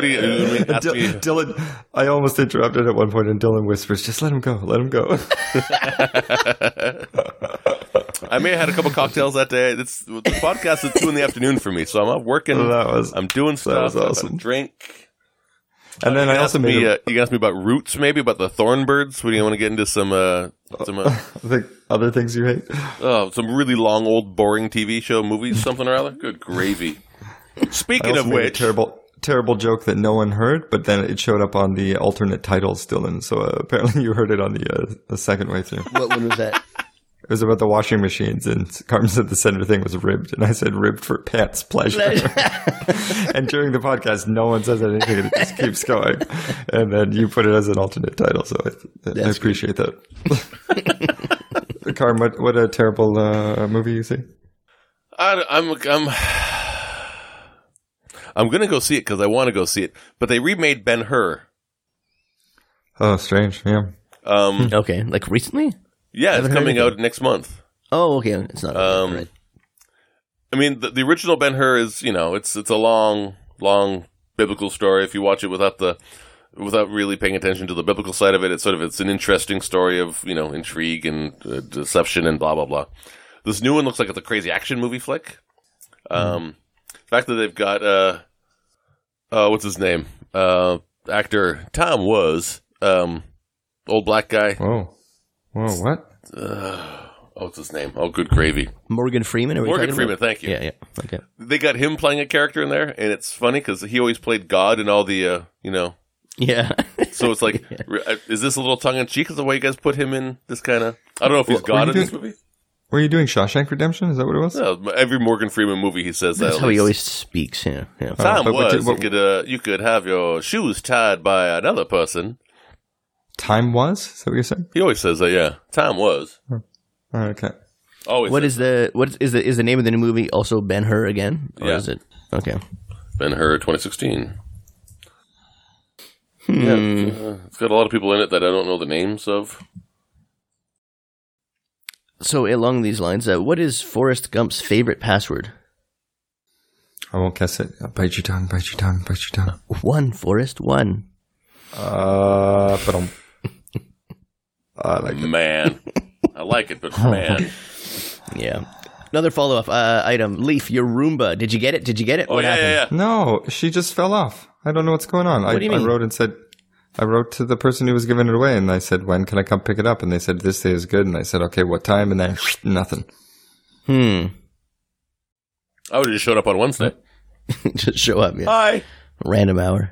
Speaker 3: do you, you mean, ask
Speaker 1: Dil-
Speaker 3: me-
Speaker 1: Dylan, I almost interrupted at one point, and Dylan whispers, "Just let him go, let him go."
Speaker 3: I may have had a couple cocktails that day. It's the podcast is two in the afternoon for me, so I'm out working.
Speaker 1: that was,
Speaker 3: I'm doing stuff.
Speaker 1: was
Speaker 3: I've had a
Speaker 1: awesome.
Speaker 3: drink.
Speaker 1: and then I
Speaker 3: Ask
Speaker 1: also made
Speaker 3: me,
Speaker 1: a-
Speaker 3: uh, you can ask me about roots, maybe about the thorn birds. What do you want to get into some uh, some uh,
Speaker 1: the other things you hate.
Speaker 3: oh, some really long old boring TV show, movies, something or other? Good gravy.
Speaker 1: I
Speaker 3: Speaking
Speaker 1: also
Speaker 3: of
Speaker 1: made a
Speaker 3: which,
Speaker 1: terrible, terrible joke that no one heard, but then it showed up on the alternate titles, Dylan. So uh, apparently you heard it on the, uh, the second way through.
Speaker 2: What one was that?
Speaker 1: It was about the washing machines, and Carmen said the center thing was ribbed, and I said ribbed for pants pleasure. and during the podcast, no one says anything; and it just keeps going. And then you put it as an alternate title, so I, I appreciate that. Carmen, what, what a terrible uh, movie you see!
Speaker 3: I, I'm I'm I'm gonna go see it because I want to go see it. But they remade Ben Hur.
Speaker 1: Oh, strange. Yeah,
Speaker 3: Um,
Speaker 2: Okay, like recently?
Speaker 3: yeah, it's
Speaker 1: Haven't heard
Speaker 3: coming
Speaker 1: anything.
Speaker 3: out next month.
Speaker 2: Oh, okay, it's not.
Speaker 3: Um,
Speaker 2: right.
Speaker 3: I mean, the, the original Ben Hur is you know it's it's a long long biblical story. If you watch it without the without really paying attention to the biblical side of it, it's sort of it's an interesting story of you know intrigue and uh, deception and blah blah blah. This new one looks like it's a crazy action movie flick. Um, the fact that they've got uh, uh, what's his name? Uh, actor Tom was um, old black guy.
Speaker 1: Whoa, whoa, what?
Speaker 3: Uh, oh, what's his name? Oh, good gravy.
Speaker 2: Morgan Freeman. Are we
Speaker 3: Morgan
Speaker 2: talking
Speaker 3: Freeman,
Speaker 2: About?
Speaker 3: thank you.
Speaker 2: Yeah, yeah. Okay.
Speaker 3: They got him playing a character in there, and it's funny because he always played God in all the, uh, you know.
Speaker 2: Yeah.
Speaker 3: So it's like, re- uh, is this a little tongue in cheek? Is the way you guys put him in this kind of? I don't know if he's
Speaker 1: Were-
Speaker 3: God
Speaker 1: were
Speaker 3: in
Speaker 1: you
Speaker 3: this
Speaker 1: doing-
Speaker 3: movie.
Speaker 1: Were you doing Shawshank Redemption? Is that what it was?
Speaker 3: No, every Morgan Freeman movie, he says that.
Speaker 2: That's
Speaker 3: at
Speaker 2: how he
Speaker 3: least.
Speaker 2: always speaks. Yeah. yeah.
Speaker 3: Time
Speaker 1: but what
Speaker 3: was
Speaker 1: did- what-
Speaker 3: you could uh, you could have your shoes tied by another person.
Speaker 1: Time was. Is that what you said?
Speaker 3: He always says that. Yeah, time was
Speaker 1: Oh, okay.
Speaker 3: always.
Speaker 2: What
Speaker 3: says
Speaker 2: is the what is- is the is the name of the new movie also Ben Hur again? Or
Speaker 3: Yeah.
Speaker 2: is it okay?
Speaker 3: Ben Hur 2016.
Speaker 2: Hmm.
Speaker 3: Yeah, it's, uh, it's got a lot of people in it that I don't know the names of.
Speaker 2: So along these lines, uh, what is Forrest Gump's favorite password?
Speaker 1: I won't guess it. I'll bite your tongue. Bite your tongue. Bite your tongue.
Speaker 2: One Forrest one.
Speaker 1: Uh, but I'm. I like
Speaker 3: Man, I like it, but man,
Speaker 2: Yeah. Another follow up uh, item. Leaf, your Roomba. Did you get it? Did you get it?
Speaker 3: oh yeah, yeah, yeah.
Speaker 1: No, she just fell off. I don't know what's going on. I,
Speaker 2: do you mean?
Speaker 1: I wrote and said, I wrote to the person who was giving it away, and I said, when can I come pick it up? And they said, this day is good. And I said, okay, what time? And then nothing.
Speaker 3: I would have just showed up on Wednesday.
Speaker 2: Hmm. Just show up. Yeah.
Speaker 3: Hi.
Speaker 2: Random hour.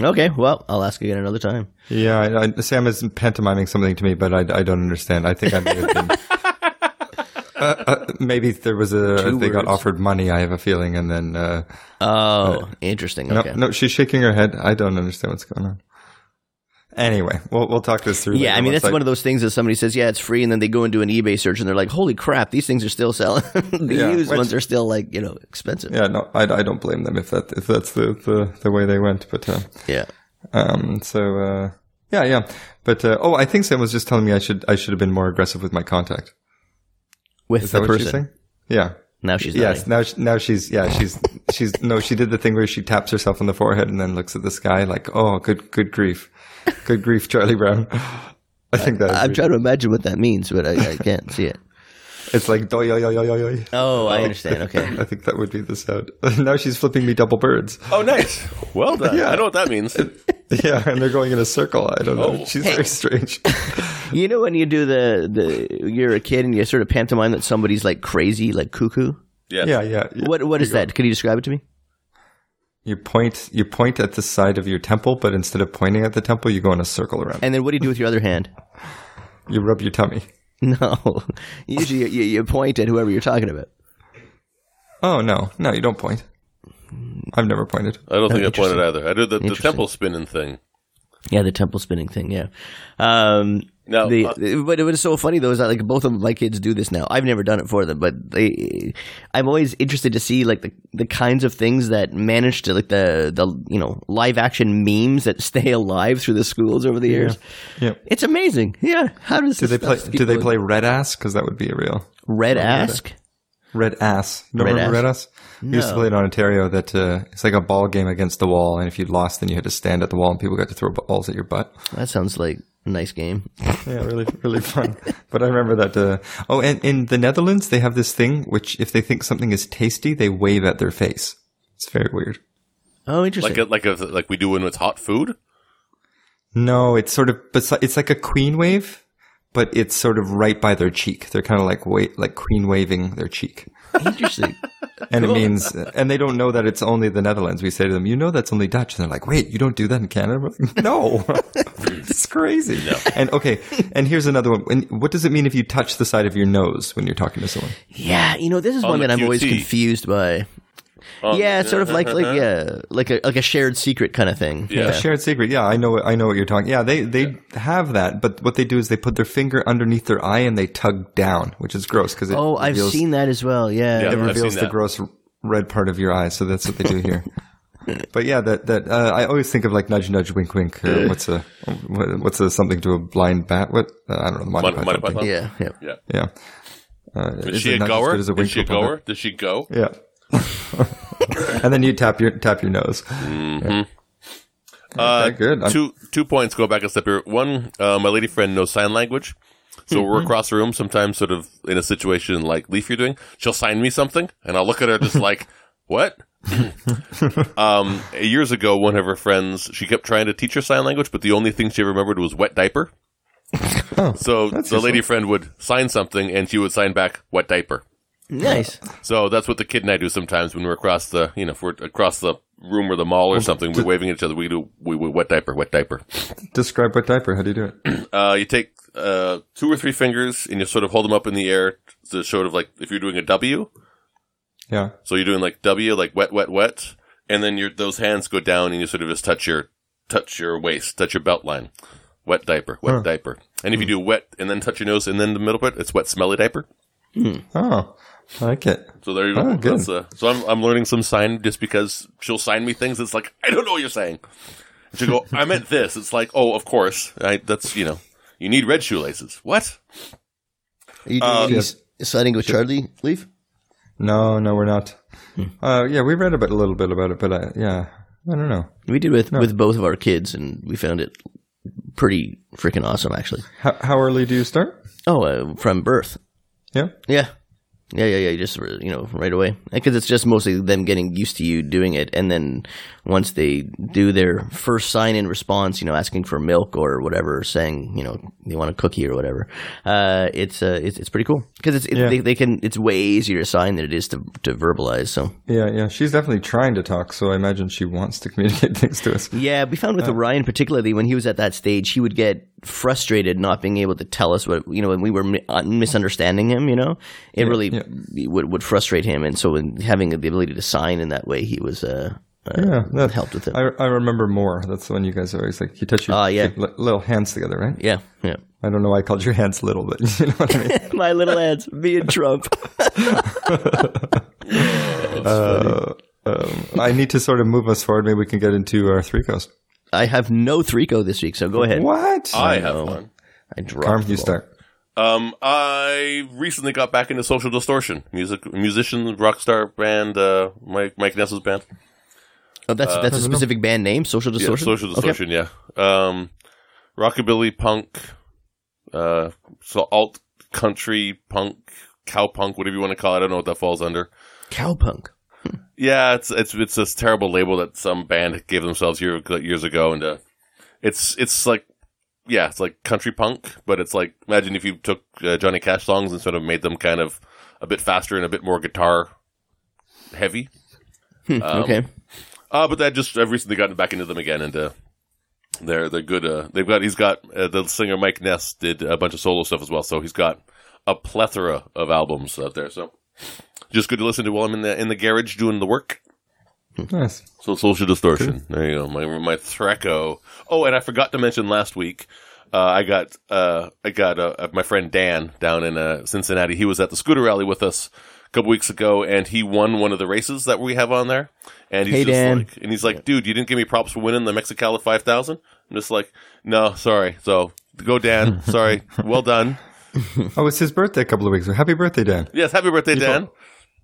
Speaker 2: Okay. Well, I'll ask again another time.
Speaker 1: Yeah, I, I, Sam is pantomiming something to me, but I, I don't understand. I think I may have been. Uh, uh, maybe there was a.
Speaker 2: Two
Speaker 1: they got
Speaker 2: words.
Speaker 1: offered money. I have a feeling, and then uh,
Speaker 2: Oh, interesting.
Speaker 1: no,
Speaker 2: Okay.
Speaker 1: no, she's shaking her head. I don't understand what's going on. Anyway, we'll we'll talk this through.
Speaker 2: Yeah,
Speaker 1: later
Speaker 2: I mean
Speaker 1: once
Speaker 2: that's one of those things that somebody says, "Yeah, it's free," and then they go and do an eBay search, and they're like, "Holy crap, these things are still selling." the
Speaker 1: Yeah,
Speaker 2: used
Speaker 1: which-
Speaker 2: ones are still like you know expensive.
Speaker 1: Yeah, no, I, I don't blame them if that if that's the the, the way they went, but. Uh,
Speaker 2: Yeah.
Speaker 1: Um, so uh, yeah, yeah. But uh, oh, I think Sam was just telling me I should I should have been more aggressive with my contact.
Speaker 2: with
Speaker 1: Is
Speaker 2: the
Speaker 1: that what she's
Speaker 2: person.
Speaker 1: saying? Yeah.
Speaker 2: Now she's
Speaker 1: Yes. Now she, now she's yeah she's she's no she did the thing where she taps herself on the forehead and then looks at the sky like oh good good grief, good grief Charlie Brown. I think that is
Speaker 2: I'm
Speaker 1: it.
Speaker 2: trying to imagine what that means, but I, I can't see it.
Speaker 1: it's like doy yo yo yo yo yo.
Speaker 2: Oh, I understand. Okay.
Speaker 1: I think that would be the sound. now she's flipping me double birds.
Speaker 3: Oh, nice. Well done.
Speaker 1: Yeah.
Speaker 3: I know what that means.
Speaker 1: Yeah, and they're going in a circle. I don't know.
Speaker 3: Oh.
Speaker 1: She's very strange.
Speaker 2: You know when you do the the you're a kid and you sort of pantomime that somebody's like crazy, like cuckoo.
Speaker 3: Yeah.
Speaker 1: yeah, yeah. yeah.
Speaker 2: What what is that? Can you describe it to me?
Speaker 1: You point you point at the side of your temple, but instead of pointing at the temple, you go in a circle around.
Speaker 2: And then what do you do with your other hand?
Speaker 1: you rub your tummy.
Speaker 2: No, usually you, you, you point at whoever you're talking about.
Speaker 1: Oh no, no, you don't point. I've never pointed.
Speaker 3: I don't think I
Speaker 2: interesting.
Speaker 3: pointed either. I did the, the
Speaker 2: Interesting.
Speaker 3: temple spinning thing.
Speaker 2: Yeah, the temple spinning thing. Yeah. Um,
Speaker 3: No,
Speaker 2: the,
Speaker 3: uh,
Speaker 2: but it was so funny though is that like both of my kids do this now. I've never done it for them, but they, I'm always interested to see like the, the kinds of things that manage to like the the you know live action memes that stay alive through the schools over the years.
Speaker 1: Yeah.
Speaker 2: It's amazing. Yeah. How does
Speaker 1: Do they play? Do they play red ass? Because that would be a real
Speaker 2: red ask?
Speaker 1: red ass. You don't
Speaker 2: Red
Speaker 1: remember
Speaker 2: ass?
Speaker 1: red ass? We used to
Speaker 2: No.
Speaker 1: play it in Ontario. That uh, it's like a ball game against the wall, and if you lost, then you had to stand at the wall, and people got to throw balls at your butt.
Speaker 2: That sounds like a nice game.
Speaker 1: Yeah, really, really fun. But I remember that. Uh, oh, and in the Netherlands, they have this thing which, if they think something is tasty, they wave at their face. It's very weird.
Speaker 2: Oh, interesting.
Speaker 3: like a, like a, like we do when it's hot food.
Speaker 1: No, it's sort of besi- it's like a queen wave, but it's sort of right by their cheek. They're kind of like wait, like queen waving their cheek,
Speaker 2: interesting.
Speaker 1: and it means and they don't know that it's only the Netherlands. We say to them, "You know that's only Dutch," and they're like, "Wait, you don't do that in Canada?" We're like, no, it's crazy. And okay, and here's another one. And what does it mean if you touch the side of your nose when you're talking to someone?
Speaker 2: Yeah, you know, this is
Speaker 3: On
Speaker 2: one
Speaker 3: the
Speaker 2: that I'm always
Speaker 3: QT.
Speaker 2: confused by.
Speaker 3: Um,
Speaker 2: yeah, it's sort of like like yeah, like a like a shared secret kind of thing.
Speaker 3: Yeah.
Speaker 1: A shared secret. Yeah, I know. I know what you're talking. Yeah, they they have that, but what they do is they put their finger underneath their eye and they tug down, which is gross because it
Speaker 2: Oh, I've
Speaker 1: reveals,
Speaker 2: seen that as well. Yeah.
Speaker 3: Yeah.
Speaker 1: it
Speaker 3: I've
Speaker 1: reveals
Speaker 3: seen
Speaker 1: the
Speaker 3: that.
Speaker 1: gross red part of your eye. So that's what they do here. but yeah, that that uh, I always think of like nudge nudge wink wink. Or what's a what- what's a something to a blind bat? What uh, I don't know. The Monty
Speaker 3: Mon-
Speaker 1: Python
Speaker 3: Monty
Speaker 1: thing.
Speaker 3: Python?
Speaker 2: Yeah. Yeah.
Speaker 3: Yeah.
Speaker 1: Yeah. Uh,
Speaker 3: Is she a
Speaker 1: it not as
Speaker 3: goer?
Speaker 1: good as a
Speaker 3: Is she a
Speaker 1: wink wink?
Speaker 3: goer? Does she go?
Speaker 1: Yeah. and then you tap your tap your nose.
Speaker 3: Uh,
Speaker 1: Okay, good. I'm-
Speaker 3: Two two points. Go back a step here. One, uh, my lady friend knows sign language, so
Speaker 1: Mm-hmm.
Speaker 3: we're across the room. Sometimes, sort of in a situation like Leaf, you're doing, she'll sign me something, and I'll look at her just like, "What?" um, years ago, one of her friends, she kept trying to teach her sign language, but the only thing she remembered was wet diaper.
Speaker 1: Oh,
Speaker 3: so the lady friend would sign something, and she would sign back wet diaper.
Speaker 2: Nice.
Speaker 3: So that's what the kid and I do sometimes when we're across the, you know, if we're across the room or the mall or something, we're waving at each other. We do, we, we wet diaper, wet diaper.
Speaker 1: Describe what diaper. How do you do it?
Speaker 3: Uh, you take uh, two or three fingers and you sort of hold them up in the air to sort of like if you're doing a W.
Speaker 1: Yeah.
Speaker 3: So you're doing like W, like wet, wet, wet, and then your those hands go down and you sort of just touch your touch your waist, touch your belt line. Wet diaper, wet diaper. And if you do wet and then touch your nose and then the middle part, it's wet smelly diaper.
Speaker 1: Oh, I like it.
Speaker 3: So there you go.
Speaker 1: Oh, good.
Speaker 3: That's, uh, so I'm, I'm learning some sign just because she'll sign me things. It's like I don't know what you're saying. And she'll go, I meant this. It's like, oh, of course. I, that's you know, you need red shoelaces. What?
Speaker 2: Are you doing any s- signing with Charlie Leaf?
Speaker 1: No, no, we're not.
Speaker 3: Hmm.
Speaker 1: Uh, yeah, we read about a little bit about it, but uh, yeah, I don't know.
Speaker 2: We did with with both of our kids, and we found it pretty freaking awesome, actually.
Speaker 1: How, how early do you start?
Speaker 2: Oh, uh, from birth.
Speaker 1: Yeah.
Speaker 2: Yeah. Yeah, yeah, yeah. Just uh, you know, right away, because it's just mostly them getting used to you doing it, and then once they do their first sign-in response, you know, asking for milk or whatever, saying you know they want a cookie or whatever, uh, it's uh, it's it's pretty cool because it's it,
Speaker 1: Yeah.
Speaker 2: they, they can it's way easier to sign than it is to to verbalize. So
Speaker 1: Yeah, yeah. She's definitely trying to talk, so I imagine she wants to communicate things to us.
Speaker 2: Yeah, we found with
Speaker 1: Uh.
Speaker 2: Orion particularly when he was at that stage, he would get frustrated not being able to tell us what you know when we were mi- uh, misunderstanding him. You know, it really would would frustrate him, and so in having the ability to sign in that way, he was uh, uh
Speaker 1: Yeah, that
Speaker 2: helped with it.
Speaker 1: I, I remember more. That's the one you guys are always like. You touch your
Speaker 2: Ah, yeah.
Speaker 1: your li- little hands together, right?
Speaker 2: yeah, yeah.
Speaker 1: I don't know why I called your hands little, but you know what I mean.
Speaker 2: My little ads, me and Trump.
Speaker 1: uh, um, I need to sort of move us forward. Maybe we can get into our three goes.
Speaker 2: I have no Threeco this week, so go ahead.
Speaker 1: What?
Speaker 3: I, have
Speaker 2: know.
Speaker 3: one.
Speaker 2: I dropped
Speaker 1: Arm,
Speaker 2: the
Speaker 1: you
Speaker 2: ball.
Speaker 1: start.
Speaker 3: Um, I recently got back into Social Distortion, music, musician, rock star band, uh, Mike Mike Ness's band.
Speaker 2: Oh, that's that's a specific band name, Social
Speaker 3: Uh, Yeah,
Speaker 2: Distortion.
Speaker 3: Social
Speaker 2: Okay.
Speaker 3: Distortion. Yeah. Um, rockabilly punk, uh, so alt country punk, cow punk, whatever you want to call it. I don't know what that falls under.
Speaker 2: Cowpunk.
Speaker 3: Yeah, it's it's it's this terrible label that some band gave themselves year, years ago, and uh, it's it's like yeah, it's like country punk, but it's like imagine if you took uh, Johnny Cash songs and sort of made them kind of a bit faster and a bit more guitar heavy.
Speaker 2: Hmm,
Speaker 3: Um,
Speaker 2: okay.
Speaker 3: Uh, but that just I've recently gotten back into them again, and uh, they're they're good. Uh, they've got he's got uh, the singer Mike Ness did a bunch of solo stuff as well, so he's got a plethora of albums out there. So just good to listen to while I'm in the in the garage doing the work.
Speaker 1: Nice.
Speaker 3: So social distortion. There you go. My my Threco. Oh, and I forgot to mention last week. Uh, I got uh, I got uh, my friend Dan down in uh, Cincinnati. He was at the scooter rally with us a couple weeks ago, and he won one of the races that we have on there. And he's
Speaker 2: Hey,
Speaker 3: just
Speaker 2: Dan.
Speaker 3: like, and he's like, dude, you didn't give me props for winning the Mexicali 5000. I'm just like, no, sorry. So go, Dan. Sorry. Well done.
Speaker 1: Oh, it's his birthday a couple of weeks ago. Happy birthday, Dan.
Speaker 3: Yes, happy birthday, Dan.
Speaker 1: Yeah,
Speaker 3: I-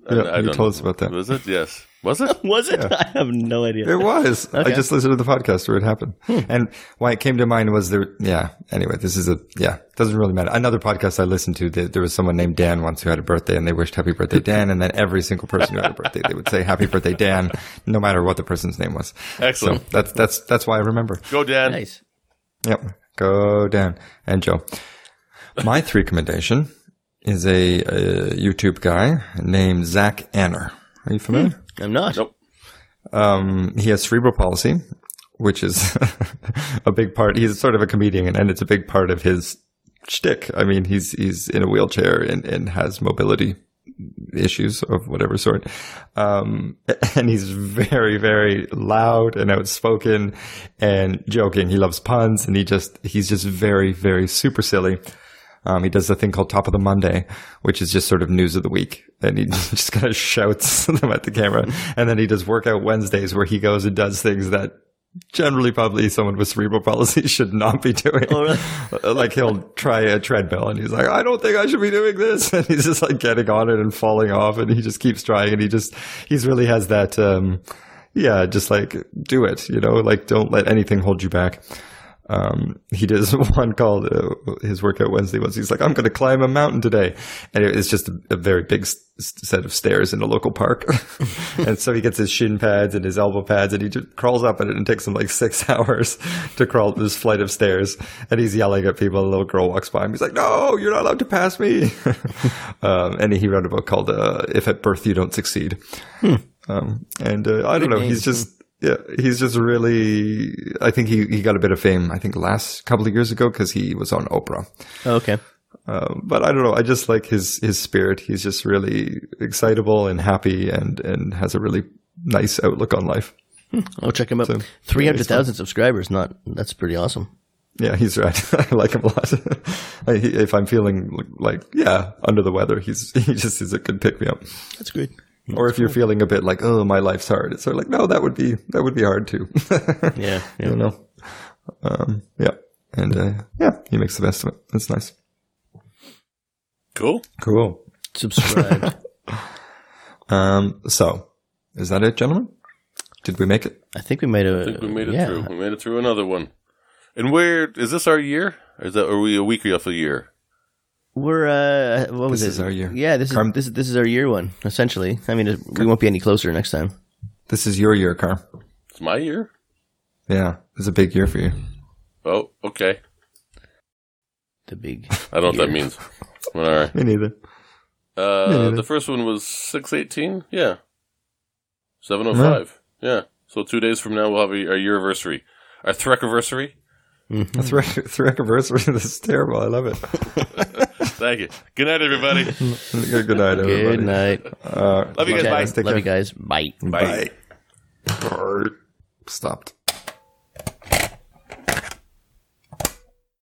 Speaker 3: I
Speaker 1: you
Speaker 3: don't
Speaker 1: told
Speaker 3: know.
Speaker 1: us about that.
Speaker 3: Was it? Yes. Was it?
Speaker 2: Was it? I have no idea.
Speaker 1: It was. I just listened to the podcast where it happened. And why it came to mind was there, yeah. Anyway, this is a, yeah, doesn't really matter. Another podcast I listened to, there, there was someone named Dan once who had a birthday and they wished happy birthday, Dan. And then every single person who had a birthday, they would say happy birthday, Dan, no matter what the person's name was.
Speaker 3: Excellent.
Speaker 1: So that's, that's, that's why I remember.
Speaker 3: Go, Dan.
Speaker 2: Nice.
Speaker 1: Yep. Go down. And Joe. My three recommendation is a, uh YouTube guy named Zach Anner. Are you familiar?
Speaker 2: I'm not.
Speaker 3: Nope.
Speaker 1: Um, he has cerebral palsy, which is a big part. He's sort of a comedian, and it's a big part of his shtick. I mean, he's he's in a wheelchair and, and has mobility issues of whatever sort. Um, and he's very, very loud and outspoken and joking. He loves puns and he just, he's just very, very super silly. Um, he does the thing called Top of the Monday, which is just sort of news of the week. And he just kind of shouts them at the camera. And then he does Workout Wednesdays where he goes and does things that generally probably someone with cerebral palsy should not be doing.
Speaker 2: Oh,
Speaker 1: like he'll try a treadmill and he's like, I don't think I should be doing this. And he's just like getting on it and falling off and he just keeps trying and he just, he's really has that, um, yeah, just like do it, you know, like don't let anything hold you back. Um, he does one called uh, his workout Wednesday was he's like, I'm going to climb a mountain today. And it- it's just a, a very big s- s- set of stairs in a local park. and so he gets his shin pads and his elbow pads and he just crawls up at it and it takes him like six hours to crawl up this flight of stairs. And he's yelling at people. A little girl walks by him. He's like, no, you're not allowed to pass me. um, and he wrote a book called, uh, if at birth you don't succeed. Um, and uh, I don't know. He's just yeah, he's just really. I think he he got a bit of fame. I think last couple of years ago because he was on Oprah.
Speaker 2: okay.
Speaker 1: Um, but I don't know. I just like his his spirit. He's just really excitable and happy, and and has a really nice outlook on life.
Speaker 2: I'll check him out.
Speaker 1: So,
Speaker 2: Three hundred thousand subscribers. Not that's pretty awesome.
Speaker 1: Yeah, he's right. I like him a lot. I, if I'm feeling like yeah under the weather, he's he just is a good pick me up.
Speaker 2: That's good.
Speaker 1: Or if you're feeling a bit like oh my life's hard, it's sort of like no that would be that would be hard too.
Speaker 2: Yeah.
Speaker 1: you
Speaker 2: yeah.
Speaker 1: know. Um, yeah, and uh, yeah, he makes the best of it. That's nice.
Speaker 3: Cool.
Speaker 1: Cool.
Speaker 2: Subscribed.
Speaker 1: Um, so is that it, gentlemen? Did we make it?
Speaker 2: I think we made a.
Speaker 3: I think we made it
Speaker 2: yeah.
Speaker 3: through. We made it through another one. And where is this our year? Or is that are we a week off a year?
Speaker 2: We're uh, what was
Speaker 1: This
Speaker 2: it?
Speaker 1: is our year.
Speaker 2: Yeah, this is
Speaker 1: Carm-
Speaker 2: this is this is our year one essentially. I mean, it- we won't be any closer next time.
Speaker 1: This is your year, Carm.
Speaker 3: It's my year.
Speaker 1: Yeah, it's a big year for you.
Speaker 3: Oh, okay.
Speaker 2: The big.
Speaker 3: I don't know what that
Speaker 2: Year.
Speaker 3: means. All right.
Speaker 1: Me neither.
Speaker 3: Uh,
Speaker 1: Yeah.
Speaker 3: the first one was six eighteen. Yeah, seven oh five. Yeah. So two days from now we'll have a, our year anniversary, our Threk anniversary.
Speaker 2: Mm-hmm.
Speaker 1: A Threk Threk anniversary. This is terrible. I love it.
Speaker 3: Thank you. Good night, everybody.
Speaker 1: good good night, everybody.
Speaker 2: Good night.
Speaker 1: Uh,
Speaker 3: Love you guys.
Speaker 1: okay,
Speaker 3: Bye.
Speaker 1: let's take
Speaker 2: Love
Speaker 1: care.
Speaker 2: you guys. Bye.
Speaker 3: Bye.
Speaker 1: Bye. Stopped.